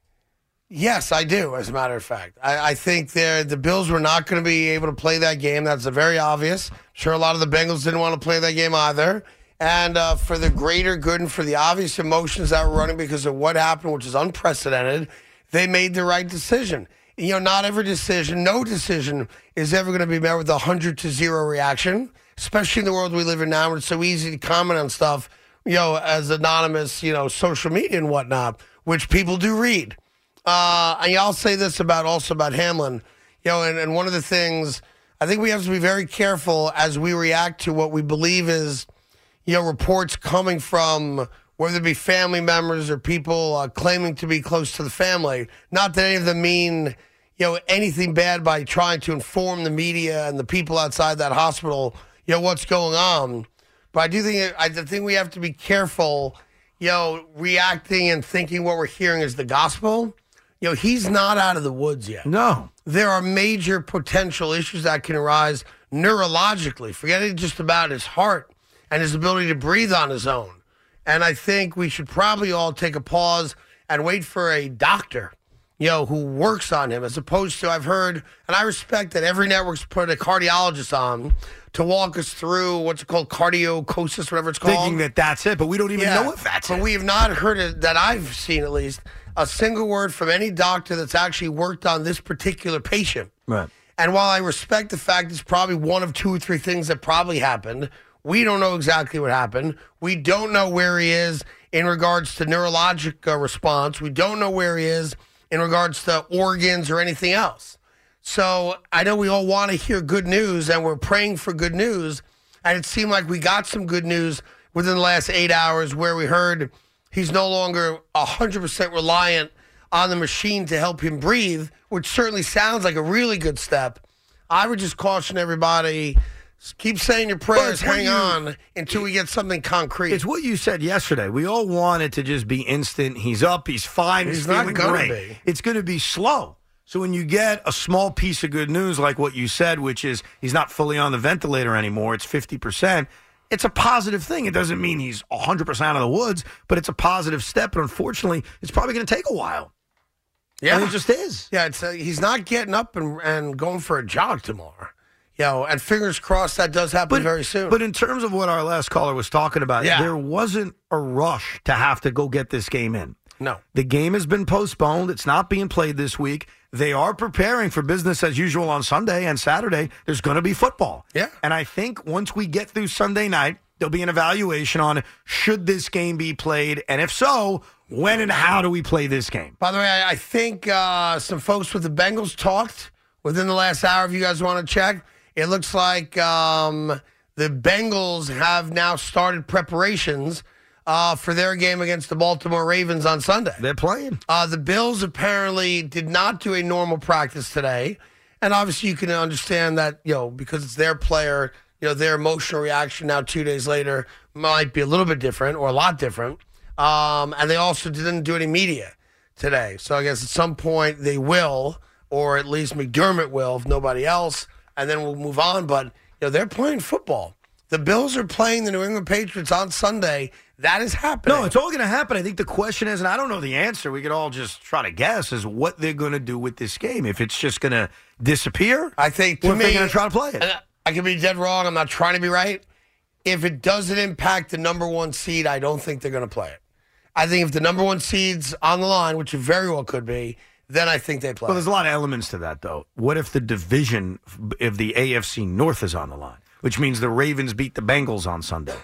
[SPEAKER 2] Yes, I do. As a matter of fact, I, I think they're- the Bills were not going to be able to play that game. That's very obvious. Sure, a lot of the Bengals didn't want to play that game either. And uh, for the greater good and for the obvious emotions that were running because of what happened, which is unprecedented, they made the right decision. You know, not every decision, no decision is ever going to be met with a hundred to zero reaction, especially in the world we live in now, where it's so easy to comment on stuff. You know, as anonymous, you know, social media and whatnot, which people do read. Uh, and I'll say this about also about Hamlin, you know, and, and one of the things I think we have to be very careful as we react to what we believe is, you know, reports coming from whether it be family members or people uh, claiming to be close to the family. Not that any of them mean, you know, anything bad by trying to inform the media and the people outside that hospital, you know, what's going on. But I do think I do think we have to be careful, you know, reacting and thinking what we're hearing is the gospel. You know, he's not out of the woods yet.
[SPEAKER 4] No.
[SPEAKER 2] There are major potential issues that can arise neurologically. Forgetting just about his heart and his ability to breathe on his own. And I think we should probably all take a pause and wait for a doctor, you know, who works on him, as opposed to I've heard, and I respect that every network's put a cardiologist on to walk us through what's it called, cardiocosis, whatever it's called.
[SPEAKER 4] Thinking that that's it, but we don't even
[SPEAKER 2] Yeah,
[SPEAKER 4] know if that's
[SPEAKER 2] but
[SPEAKER 4] it.
[SPEAKER 2] we have not heard it, that I've seen at least a single word from any doctor that's actually worked on this particular patient.
[SPEAKER 4] Right.
[SPEAKER 2] And while I respect the fact it's probably one of two or three things that probably happened, we don't know exactly what happened. We don't know where he is in regards to neurologic uh, response. We don't know where he is in regards to organs or anything else. So I know we all want to hear good news and we're praying for good news. And it seemed like we got some good news within the last eight hours where we heard he's no longer 100% reliant on the machine to help him breathe, which certainly sounds like a really good step. I would just caution everybody s- keep saying your prayers,
[SPEAKER 4] when
[SPEAKER 2] hang
[SPEAKER 4] you-
[SPEAKER 2] on until we get something concrete.
[SPEAKER 4] It's what you said yesterday. We all want it to just be instant. He's up. He's fine. He's,
[SPEAKER 2] It's not
[SPEAKER 4] feeling
[SPEAKER 2] gonna
[SPEAKER 4] great.
[SPEAKER 2] be.
[SPEAKER 4] It's going to be slow. So when you get a small piece of good news like what you said, which is he's not fully on the ventilator anymore, it's fifty percent. It's a positive thing. It doesn't mean he's hundred percent out of the woods, but it's a positive step. But unfortunately, it's probably going to take a while.
[SPEAKER 2] Yeah,
[SPEAKER 4] it just is.
[SPEAKER 2] Yeah, it's uh he's not getting up and, and going for a jog tomorrow. You know, and fingers crossed that does happen very soon.
[SPEAKER 4] But in terms of what our last caller was talking about,
[SPEAKER 2] Yeah.
[SPEAKER 4] there wasn't a rush to have to go get this game in.
[SPEAKER 2] no,
[SPEAKER 4] The game has been postponed. It's not being played this week. They are preparing for business as usual on Sunday and Saturday. There's going to be football.
[SPEAKER 2] Yeah.
[SPEAKER 4] And I think once we get through Sunday night, there'll be an evaluation on should this game be played? And if so, when and how do we play this game?
[SPEAKER 2] By the way, I, I think uh, some folks with the Bengals talked within the last hour. If you guys want to check, it looks like um, the Bengals have now started preparations uh, for their game against the Baltimore Ravens on Sunday.
[SPEAKER 4] They're playing.
[SPEAKER 2] Uh, the Bills apparently did not do a normal practice today, and obviously you can understand that you know because it's their player, you know their emotional reaction now two days later might be a little bit different or a lot different. Um, and they also didn't do any media today, so I guess at some point they will, or at least McDermott will, if nobody else, and then we'll move on. But you know they're playing football. The Bills are playing the New England Patriots on Sunday. That is happening.
[SPEAKER 4] No, it's all going to happen. I think the question is, and I don't know the answer. We could all just try to guess is what they're going to do with this game. If it's just going to disappear,
[SPEAKER 2] I think to
[SPEAKER 4] or if
[SPEAKER 2] me,
[SPEAKER 4] they're going to try to play it.
[SPEAKER 2] and I- I could be dead wrong. I'm not trying to be right. If it doesn't impact the number one seed, I don't think they're going to play it. I think if the number one seed's on the line, which it very well could be, then I think they play.
[SPEAKER 4] Well,
[SPEAKER 2] it.
[SPEAKER 4] there's a lot of elements to that, though. What if the division of the AFC North is on the line, which means the Ravens beat the Bengals on Sunday?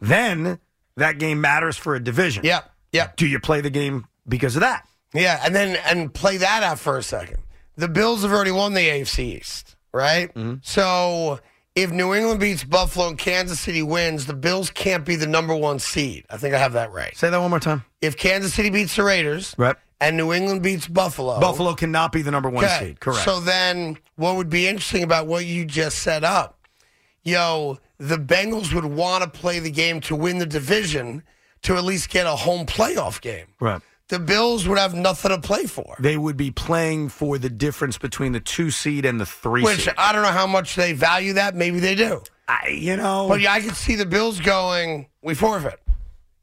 [SPEAKER 4] Then that game matters for a division.
[SPEAKER 2] Yeah, yeah,
[SPEAKER 4] Do you play the game because of that?
[SPEAKER 2] yeah. And then and play that out for a second. The Bills have already won the AFC East, right?
[SPEAKER 4] Mm-hmm.
[SPEAKER 2] So if New England beats Buffalo and Kansas City wins, the Bills can't be the number one seed. I think I have that right.
[SPEAKER 4] Say that one more time.
[SPEAKER 2] If Kansas City beats the Raiders
[SPEAKER 4] Right.
[SPEAKER 2] and New England beats Buffalo,
[SPEAKER 4] Oh. Buffalo cannot be the number one
[SPEAKER 2] Okay,
[SPEAKER 4] seed. Correct.
[SPEAKER 2] So then, what would be interesting about what you just set up? Yo, the Bengals would want to play the game to win the division to at least get a home playoff game.
[SPEAKER 4] right.
[SPEAKER 2] The Bills would have nothing to play for,
[SPEAKER 4] They would be playing for the difference between the two seed and the three
[SPEAKER 2] which
[SPEAKER 4] seed.
[SPEAKER 2] I don't know how much they value that. Maybe they do.
[SPEAKER 4] I, you know,
[SPEAKER 2] But yeah, I could see the Bills going, we forfeit.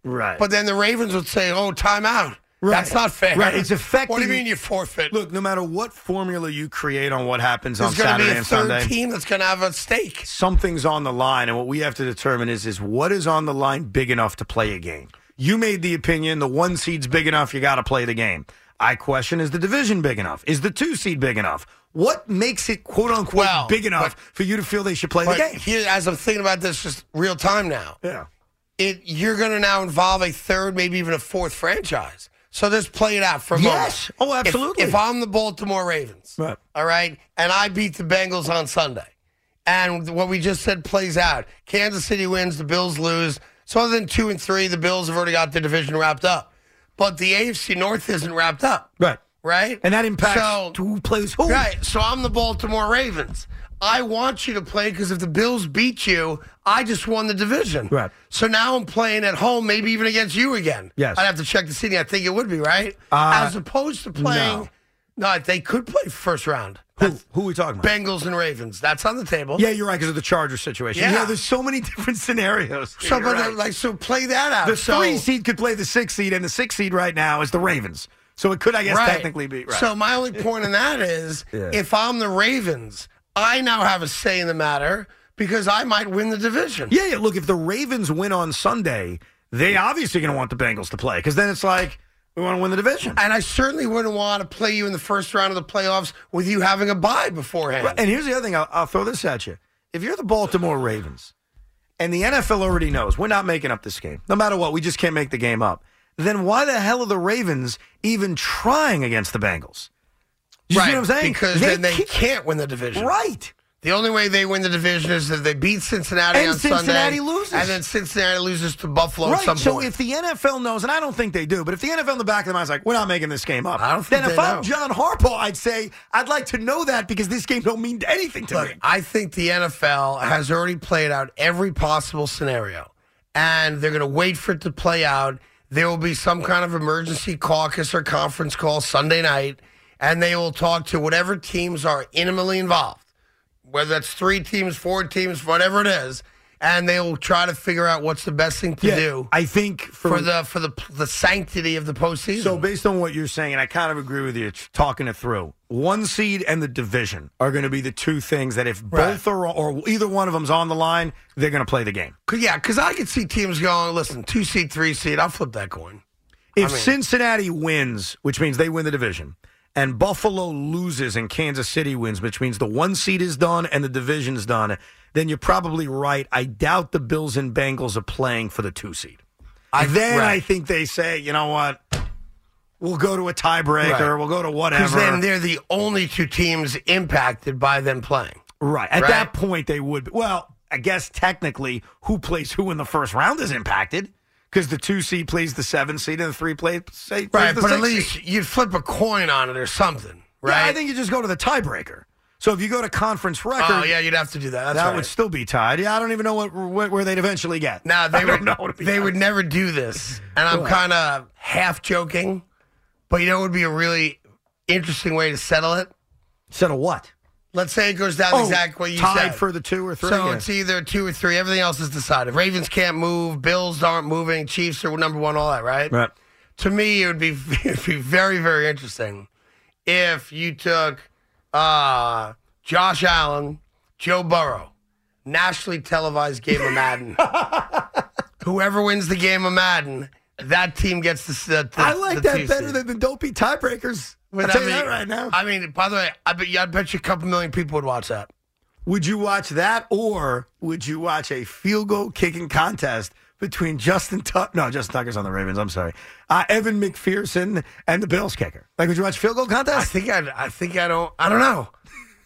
[SPEAKER 4] right.
[SPEAKER 2] But then the Ravens would say, oh, timeout.
[SPEAKER 4] Right.
[SPEAKER 2] That's not fair.
[SPEAKER 4] Right, it's
[SPEAKER 2] What do
[SPEAKER 4] affecting-
[SPEAKER 2] you mean you forfeit?
[SPEAKER 4] look, no matter what formula you create on what happens on
[SPEAKER 2] there's going to
[SPEAKER 4] Saturday
[SPEAKER 2] be a
[SPEAKER 4] and
[SPEAKER 2] third
[SPEAKER 4] Sunday,
[SPEAKER 2] team that's going to have a stake.
[SPEAKER 4] something's on the line and what we have to determine is is what is on the line big enough to play a game you made the opinion the one seed's big enough you got to play the game i question is the division big enough is the two seed big enough what makes it quote unquote
[SPEAKER 2] Well,
[SPEAKER 4] big enough
[SPEAKER 2] but-
[SPEAKER 4] for you to feel they should play the
[SPEAKER 2] But
[SPEAKER 4] game
[SPEAKER 2] here, as I'm thinking about this, just real time now.
[SPEAKER 4] yeah
[SPEAKER 2] it you're going to now involve a third, maybe even a fourth franchise. So let's play it out for a
[SPEAKER 4] Yes.
[SPEAKER 2] moment.
[SPEAKER 4] Oh,
[SPEAKER 2] If-
[SPEAKER 4] absolutely.
[SPEAKER 2] If, I'm the Baltimore Ravens,
[SPEAKER 4] Right.
[SPEAKER 2] all right, and I beat the Bengals on Sunday, and what we just said plays out, Kansas City wins, the Bills lose. So other than two and three, the Bills have already got the division wrapped up. But the AFC North isn't wrapped up,
[SPEAKER 4] right
[SPEAKER 2] right?
[SPEAKER 4] and that impacts
[SPEAKER 2] So-
[SPEAKER 4] who plays who
[SPEAKER 2] Right. So I'm the Baltimore Ravens. I want you to play because if the Bills beat you, I just won the division.
[SPEAKER 4] Right.
[SPEAKER 2] So now I'm playing at home, maybe even against you again.
[SPEAKER 4] Yes.
[SPEAKER 2] I'd have to check the city. I think it would be, right?
[SPEAKER 4] Uh,
[SPEAKER 2] As opposed to playing. No. they could play first round.
[SPEAKER 4] who, who are we talking about
[SPEAKER 2] Bengals and Ravens. That's on the table.
[SPEAKER 4] yeah you're right because of the charger situation yeah.
[SPEAKER 2] Yeah.
[SPEAKER 4] there's so many different scenarios
[SPEAKER 2] So,
[SPEAKER 4] You're
[SPEAKER 2] but uh,
[SPEAKER 4] right.
[SPEAKER 2] like, so play that out.
[SPEAKER 4] the
[SPEAKER 2] so,
[SPEAKER 4] three seed could play the six seed, and the six seed right now is the Ravens. So it could, I guess, technically be right.
[SPEAKER 2] So my only point in that is
[SPEAKER 4] Yeah.
[SPEAKER 2] if I'm the Ravens, I now have a say in the matter because I might win the division.
[SPEAKER 4] yeah, yeah. Look, if the Ravens win on Sunday, they obviously going to want the Bengals to play because then it's like we want to win the division.
[SPEAKER 2] And I certainly wouldn't want to play you in the first round of the playoffs with you having a bye beforehand.
[SPEAKER 4] Right, And here's the other thing: I'll, I'll throw this at you. If you're the Baltimore Ravens, and the NFL already knows we're not making up this game, no matter what, we just can't make the game up. Then why the hell are the Ravens even trying against the Bengals? You see what I'm saying?
[SPEAKER 2] Because then they
[SPEAKER 4] keep-
[SPEAKER 2] can't win the division.
[SPEAKER 4] right.
[SPEAKER 2] The only way they win the division is if they beat Cincinnati
[SPEAKER 4] And
[SPEAKER 2] on
[SPEAKER 4] Cincinnati
[SPEAKER 2] Sunday.
[SPEAKER 4] loses.
[SPEAKER 2] And then Cincinnati loses to Buffalo
[SPEAKER 4] Right.
[SPEAKER 2] at some
[SPEAKER 4] so
[SPEAKER 2] point.
[SPEAKER 4] if the NFL knows, and I don't think they do, but if the NFL in the back of their mind is like, we're not making this game up,
[SPEAKER 2] I don't think
[SPEAKER 4] then if
[SPEAKER 2] they
[SPEAKER 4] I'm
[SPEAKER 2] know.
[SPEAKER 4] John Harbaugh, I'd say I'd like to know that because this game don't mean anything to
[SPEAKER 2] Look,
[SPEAKER 4] me.
[SPEAKER 2] I think the NFL has already played out every possible scenario, and they're going to wait for it to play out. There will be some kind of emergency caucus or conference call Sunday night, and they will talk to whatever teams are intimately involved, whether that's three teams, four teams, whatever it is, and they will try to figure out what's the best thing to
[SPEAKER 4] Yeah,
[SPEAKER 2] do.
[SPEAKER 4] I think for,
[SPEAKER 2] for the for the the sanctity of the postseason.
[SPEAKER 4] So based on what you're saying, and I kind of agree with you, t- talking it through. One seed and the division are going to be the two things that if both are or either one of them's on the line, they're going to play the game.
[SPEAKER 2] 'Cause- yeah, because I could see teams going. Listen, two seed, three seed. I'll flip that coin.
[SPEAKER 4] If
[SPEAKER 2] mean-
[SPEAKER 4] Cincinnati wins, which means they win the division, and Buffalo loses and Kansas City wins, which means the one seed is done and the division's done, then you're probably right. I doubt the Bills and Bengals are playing for the two seed. then I think they say, you know what? We'll go to a tiebreaker.
[SPEAKER 2] Right.
[SPEAKER 4] We'll go to whatever.
[SPEAKER 2] Because then they're the only two teams impacted by them playing.
[SPEAKER 4] Right. At
[SPEAKER 2] Right.
[SPEAKER 4] that point, they would. Be. Well, I guess technically, who plays who in the first round is impacted because the two seed plays the seven seed and the three play, say, plays
[SPEAKER 2] Right,
[SPEAKER 4] the
[SPEAKER 2] but at
[SPEAKER 4] six seed.
[SPEAKER 2] least you'd flip a coin on it or something, right?
[SPEAKER 4] Yeah, I think you just go to the tiebreaker. So if you go to conference record,
[SPEAKER 2] Oh yeah, you'd have to do that. That's
[SPEAKER 4] that
[SPEAKER 2] right.
[SPEAKER 4] would still be tied. Yeah, I don't even know what, where, where they'd eventually get.
[SPEAKER 2] Now
[SPEAKER 4] I
[SPEAKER 2] they would
[SPEAKER 4] don't know, to be
[SPEAKER 2] they would
[SPEAKER 4] honest.
[SPEAKER 2] never do this, and I'm
[SPEAKER 4] Right.
[SPEAKER 2] kind of half joking, but you know it would be a really interesting way to settle it.
[SPEAKER 4] settle what?
[SPEAKER 2] Let's say it goes down
[SPEAKER 4] Oh,
[SPEAKER 2] exactly what you
[SPEAKER 4] tied
[SPEAKER 2] said.
[SPEAKER 4] for the two or three.
[SPEAKER 2] so
[SPEAKER 4] yeah.
[SPEAKER 2] it's e- either two or three. Everything else is decided. Ravens can't move. Bills aren't moving. Chiefs are number one. All that, right?
[SPEAKER 4] right.
[SPEAKER 2] To me, it would be it'd be very very interesting if you took uh, Josh Allen, Joe Burrow, nationally televised game of Madden. Whoever wins the game of Madden, that team gets the. the, the
[SPEAKER 4] I like
[SPEAKER 2] the
[SPEAKER 4] that
[SPEAKER 2] two
[SPEAKER 4] better
[SPEAKER 2] seed.
[SPEAKER 4] than the dopey tiebreakers. I'll
[SPEAKER 2] But
[SPEAKER 4] tell you that right now.
[SPEAKER 2] I mean, by the way, I bet you, I bet you a couple million people would watch that.
[SPEAKER 4] Would you watch that, or would you watch a field goal kicking contest between Justin Tucker? No, Justin Tucker's on the Ravens. I'm sorry, uh, Evan McPherson and the Bills kicker. Like, would you watch field goal
[SPEAKER 2] I
[SPEAKER 4] contest?
[SPEAKER 2] think I, I think I don't, I don't know,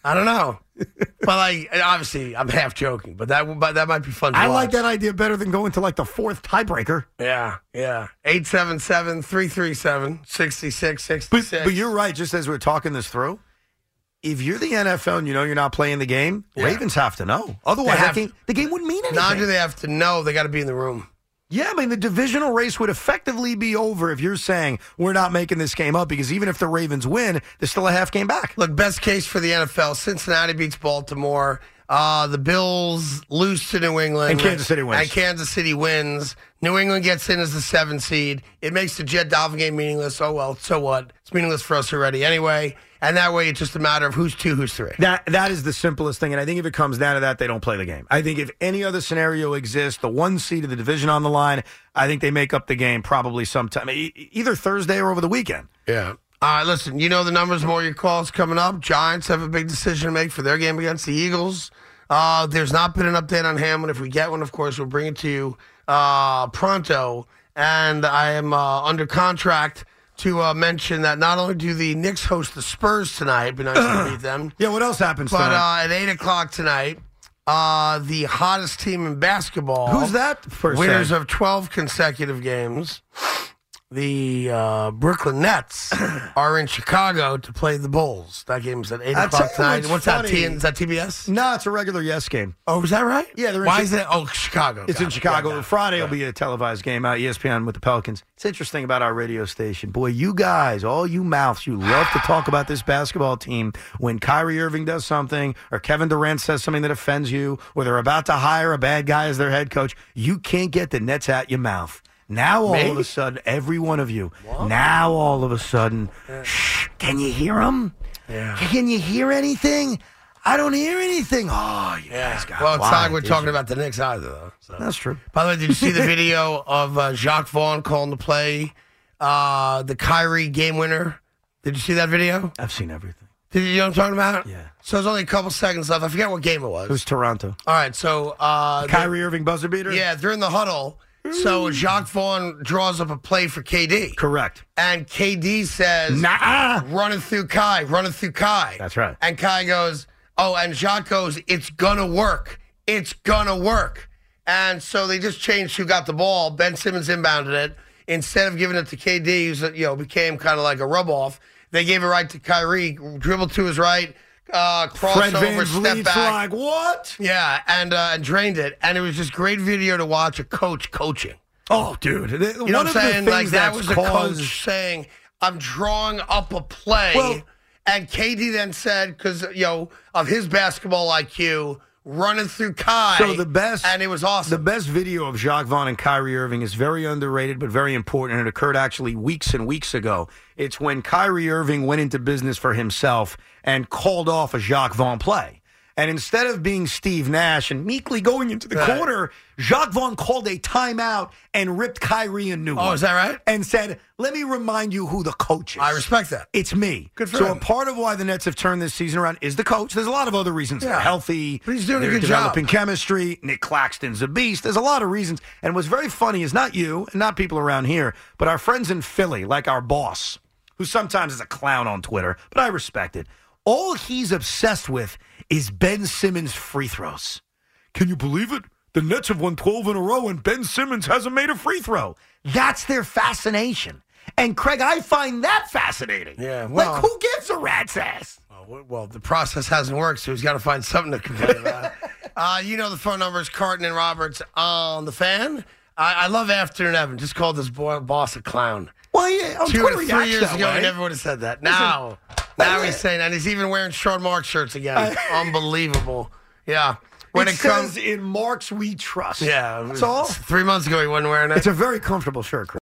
[SPEAKER 2] I don't know. but like, and obviously, I'm half joking, but that, but that might be fun. To
[SPEAKER 4] I
[SPEAKER 2] watch.
[SPEAKER 4] like that idea better than going to like the fourth tiebreaker.
[SPEAKER 2] Yeah, yeah. 877-337-6666.
[SPEAKER 4] But, but you're right. Just as we're talking this through, if you're the NFL and you know you're not playing the game, Ravens have to know. Otherwise,
[SPEAKER 2] They
[SPEAKER 4] that
[SPEAKER 2] have
[SPEAKER 4] game, the game wouldn't mean anything.
[SPEAKER 2] Not only do they have to know, they got to be in the room.
[SPEAKER 4] Yeah, I mean, the divisional race would effectively be over if you're saying we're not making this game up because even if the Ravens win, they're still a half game back.
[SPEAKER 2] Look, best case for the NFL: Cincinnati beats Baltimore. Uh, the Bills lose to New England,
[SPEAKER 4] And Kansas City wins.
[SPEAKER 2] And Kansas City wins. New England gets in as the seven seed. It makes the Jet Dolphin game meaningless. Oh well, so what? It's meaningless for us already anyway. And that way, it's just a matter of who's two, who's three.
[SPEAKER 4] That that is the simplest thing, and I think if it comes down to that, they don't play the game. I think if any other scenario exists, the one seed of the division on the line, I think they make up the game probably sometime, e- either Thursday or over the weekend.
[SPEAKER 2] Yeah. All right, listen, you know the numbers, more your calls coming up. Giants have a big decision to make for their game against the Eagles. Uh, there's not been an update on Hamlin. If we get one, of course, we'll bring it to you uh, pronto. And I am uh, under contract to uh, mention that not only do the Knicks host the Spurs tonight, it'd be nice to beat them,
[SPEAKER 4] Yeah, what else happens?
[SPEAKER 2] but
[SPEAKER 4] tonight?
[SPEAKER 2] uh, at 8 o'clock tonight, uh, the hottest team in basketball.
[SPEAKER 4] Who's that? uh, First
[SPEAKER 2] Winners of 12 consecutive games. The uh, Brooklyn Nets are in Chicago to play the Bulls. That game's at 8
[SPEAKER 4] I'll tell
[SPEAKER 2] o'clock
[SPEAKER 4] you
[SPEAKER 2] tonight.
[SPEAKER 4] what's
[SPEAKER 2] What's that,
[SPEAKER 4] funny.
[SPEAKER 2] T- is that TBS?
[SPEAKER 4] no, it's a regular yes game.
[SPEAKER 2] Oh, is that right?
[SPEAKER 4] Yeah, they're in
[SPEAKER 2] Why
[SPEAKER 4] Chi-
[SPEAKER 2] is that? Oh, Chicago.
[SPEAKER 4] It's
[SPEAKER 2] Got
[SPEAKER 4] in
[SPEAKER 2] it.
[SPEAKER 4] Chicago.
[SPEAKER 2] Yeah, got it.
[SPEAKER 4] Friday will be a televised game out E ESPN with the Pelicans. It's interesting about our radio station. Boy, you guys, all you mouths, you love to talk about this basketball team when Kyrie Irving does something or Kevin Durant says something that offends you or they're about to hire a bad guy as their head coach. You can't get the Nets out your mouth. Now all of
[SPEAKER 2] Me?
[SPEAKER 4] a sudden, every one of you, now all of a sudden, shh, can you hear them? Can you hear anything? I don't hear anything. Oh, you guys got
[SPEAKER 2] Yeah. Well, it's not like
[SPEAKER 4] wide,
[SPEAKER 2] we're
[SPEAKER 4] did
[SPEAKER 2] talking
[SPEAKER 4] you?
[SPEAKER 2] about the Knicks either, though. So.
[SPEAKER 4] That's true.
[SPEAKER 2] By the way, did you see the video of uh, Jacques Vaughn calling the play, uh, the Kyrie game winner? Did you see that video?
[SPEAKER 4] I've seen everything.
[SPEAKER 2] Did you know what I'm talking about?
[SPEAKER 4] Yeah.
[SPEAKER 2] So there's only a couple seconds left. I forget what game it was.
[SPEAKER 4] It was Toronto.
[SPEAKER 2] All right, so uh,
[SPEAKER 4] Kyrie Irving buzzer beater?
[SPEAKER 2] they- yeah, they're in the huddle. So Jacques Vaughn draws up a play for KD,
[SPEAKER 4] Correct.
[SPEAKER 2] and KD says,
[SPEAKER 4] Nah.
[SPEAKER 2] "Running through Kai, running through Kai."
[SPEAKER 4] That's right.
[SPEAKER 2] And Kai goes, "Oh," and Jacques goes, "It's gonna work. It's gonna work." And so they just changed who got the ball. Ben Simmons inbounded it instead of giving it to KD, who's you know became kind of like a rub off. They gave it right to Kyrie, dribbled to his right, uh,
[SPEAKER 4] Fred
[SPEAKER 2] crossover,
[SPEAKER 4] Van
[SPEAKER 2] step
[SPEAKER 4] Vliet's
[SPEAKER 2] back.
[SPEAKER 4] like, what?
[SPEAKER 2] Yeah, and uh, and drained it, and it was just great video to watch a coach coaching.
[SPEAKER 4] Oh, dude. You
[SPEAKER 2] You know what I'm saying? Like that was a
[SPEAKER 4] caused,
[SPEAKER 2] coach saying, "I'm drawing up a play,"
[SPEAKER 4] Well-
[SPEAKER 2] and KD then said, "Because you know of his basketball IQ, running through Kai.
[SPEAKER 4] So the best,
[SPEAKER 2] and it was awesome.
[SPEAKER 4] The best video of Jacques Vaughn and Kyrie Irving is very underrated, but very important. And it occurred actually weeks and weeks ago. It's when Kyrie Irving went into business for himself and called off a Jacques Vaughn play. And instead of being Steve Nash and meekly going into the
[SPEAKER 2] Right.
[SPEAKER 4] corner, Jacques Vaughn called a timeout and ripped Kyrie a new one.
[SPEAKER 2] Oh, is that right?
[SPEAKER 4] And said, "Let me remind you who the coach is."
[SPEAKER 2] I respect that.
[SPEAKER 4] It's me.
[SPEAKER 2] Good for
[SPEAKER 4] so
[SPEAKER 2] him.
[SPEAKER 4] a part of why the Nets have turned this season around is the coach. There's a lot of other reasons.
[SPEAKER 2] Yeah.
[SPEAKER 4] Healthy.
[SPEAKER 2] But he's doing a good
[SPEAKER 4] they're
[SPEAKER 2] job.
[SPEAKER 4] developing chemistry. Nick Claxton's a beast. There's a lot of reasons. And what's very funny is not you and not people around here, but our friends in Philly, like our boss, who sometimes is a clown on Twitter, but I respect it. All he's obsessed with is Ben Simmons' free throws. Can you believe it? The Nets have won 12 in a row and Ben Simmons hasn't made a free throw. That's their fascination. And Craig, I find that fascinating.
[SPEAKER 2] Yeah, well-
[SPEAKER 4] like, who gives a rat's ass?
[SPEAKER 2] Well, well, the process hasn't worked, so he's got to find something to complain about. uh, you know the phone number is Carton and Roberts on the fan. I, I love Afternoon Evan. Just called this boy, boss a clown.
[SPEAKER 4] Well, yeah,
[SPEAKER 2] Two or three years ago, he never would have said that. Now, now he's saying, and he's even wearing Sean Mark shirts again. Unbelievable. Yeah. When it, comes,
[SPEAKER 4] in marks we trust.
[SPEAKER 2] yeah,
[SPEAKER 4] that's all.
[SPEAKER 2] Three months ago, he wasn't wearing it.
[SPEAKER 4] It's a very comfortable shirt, Craig.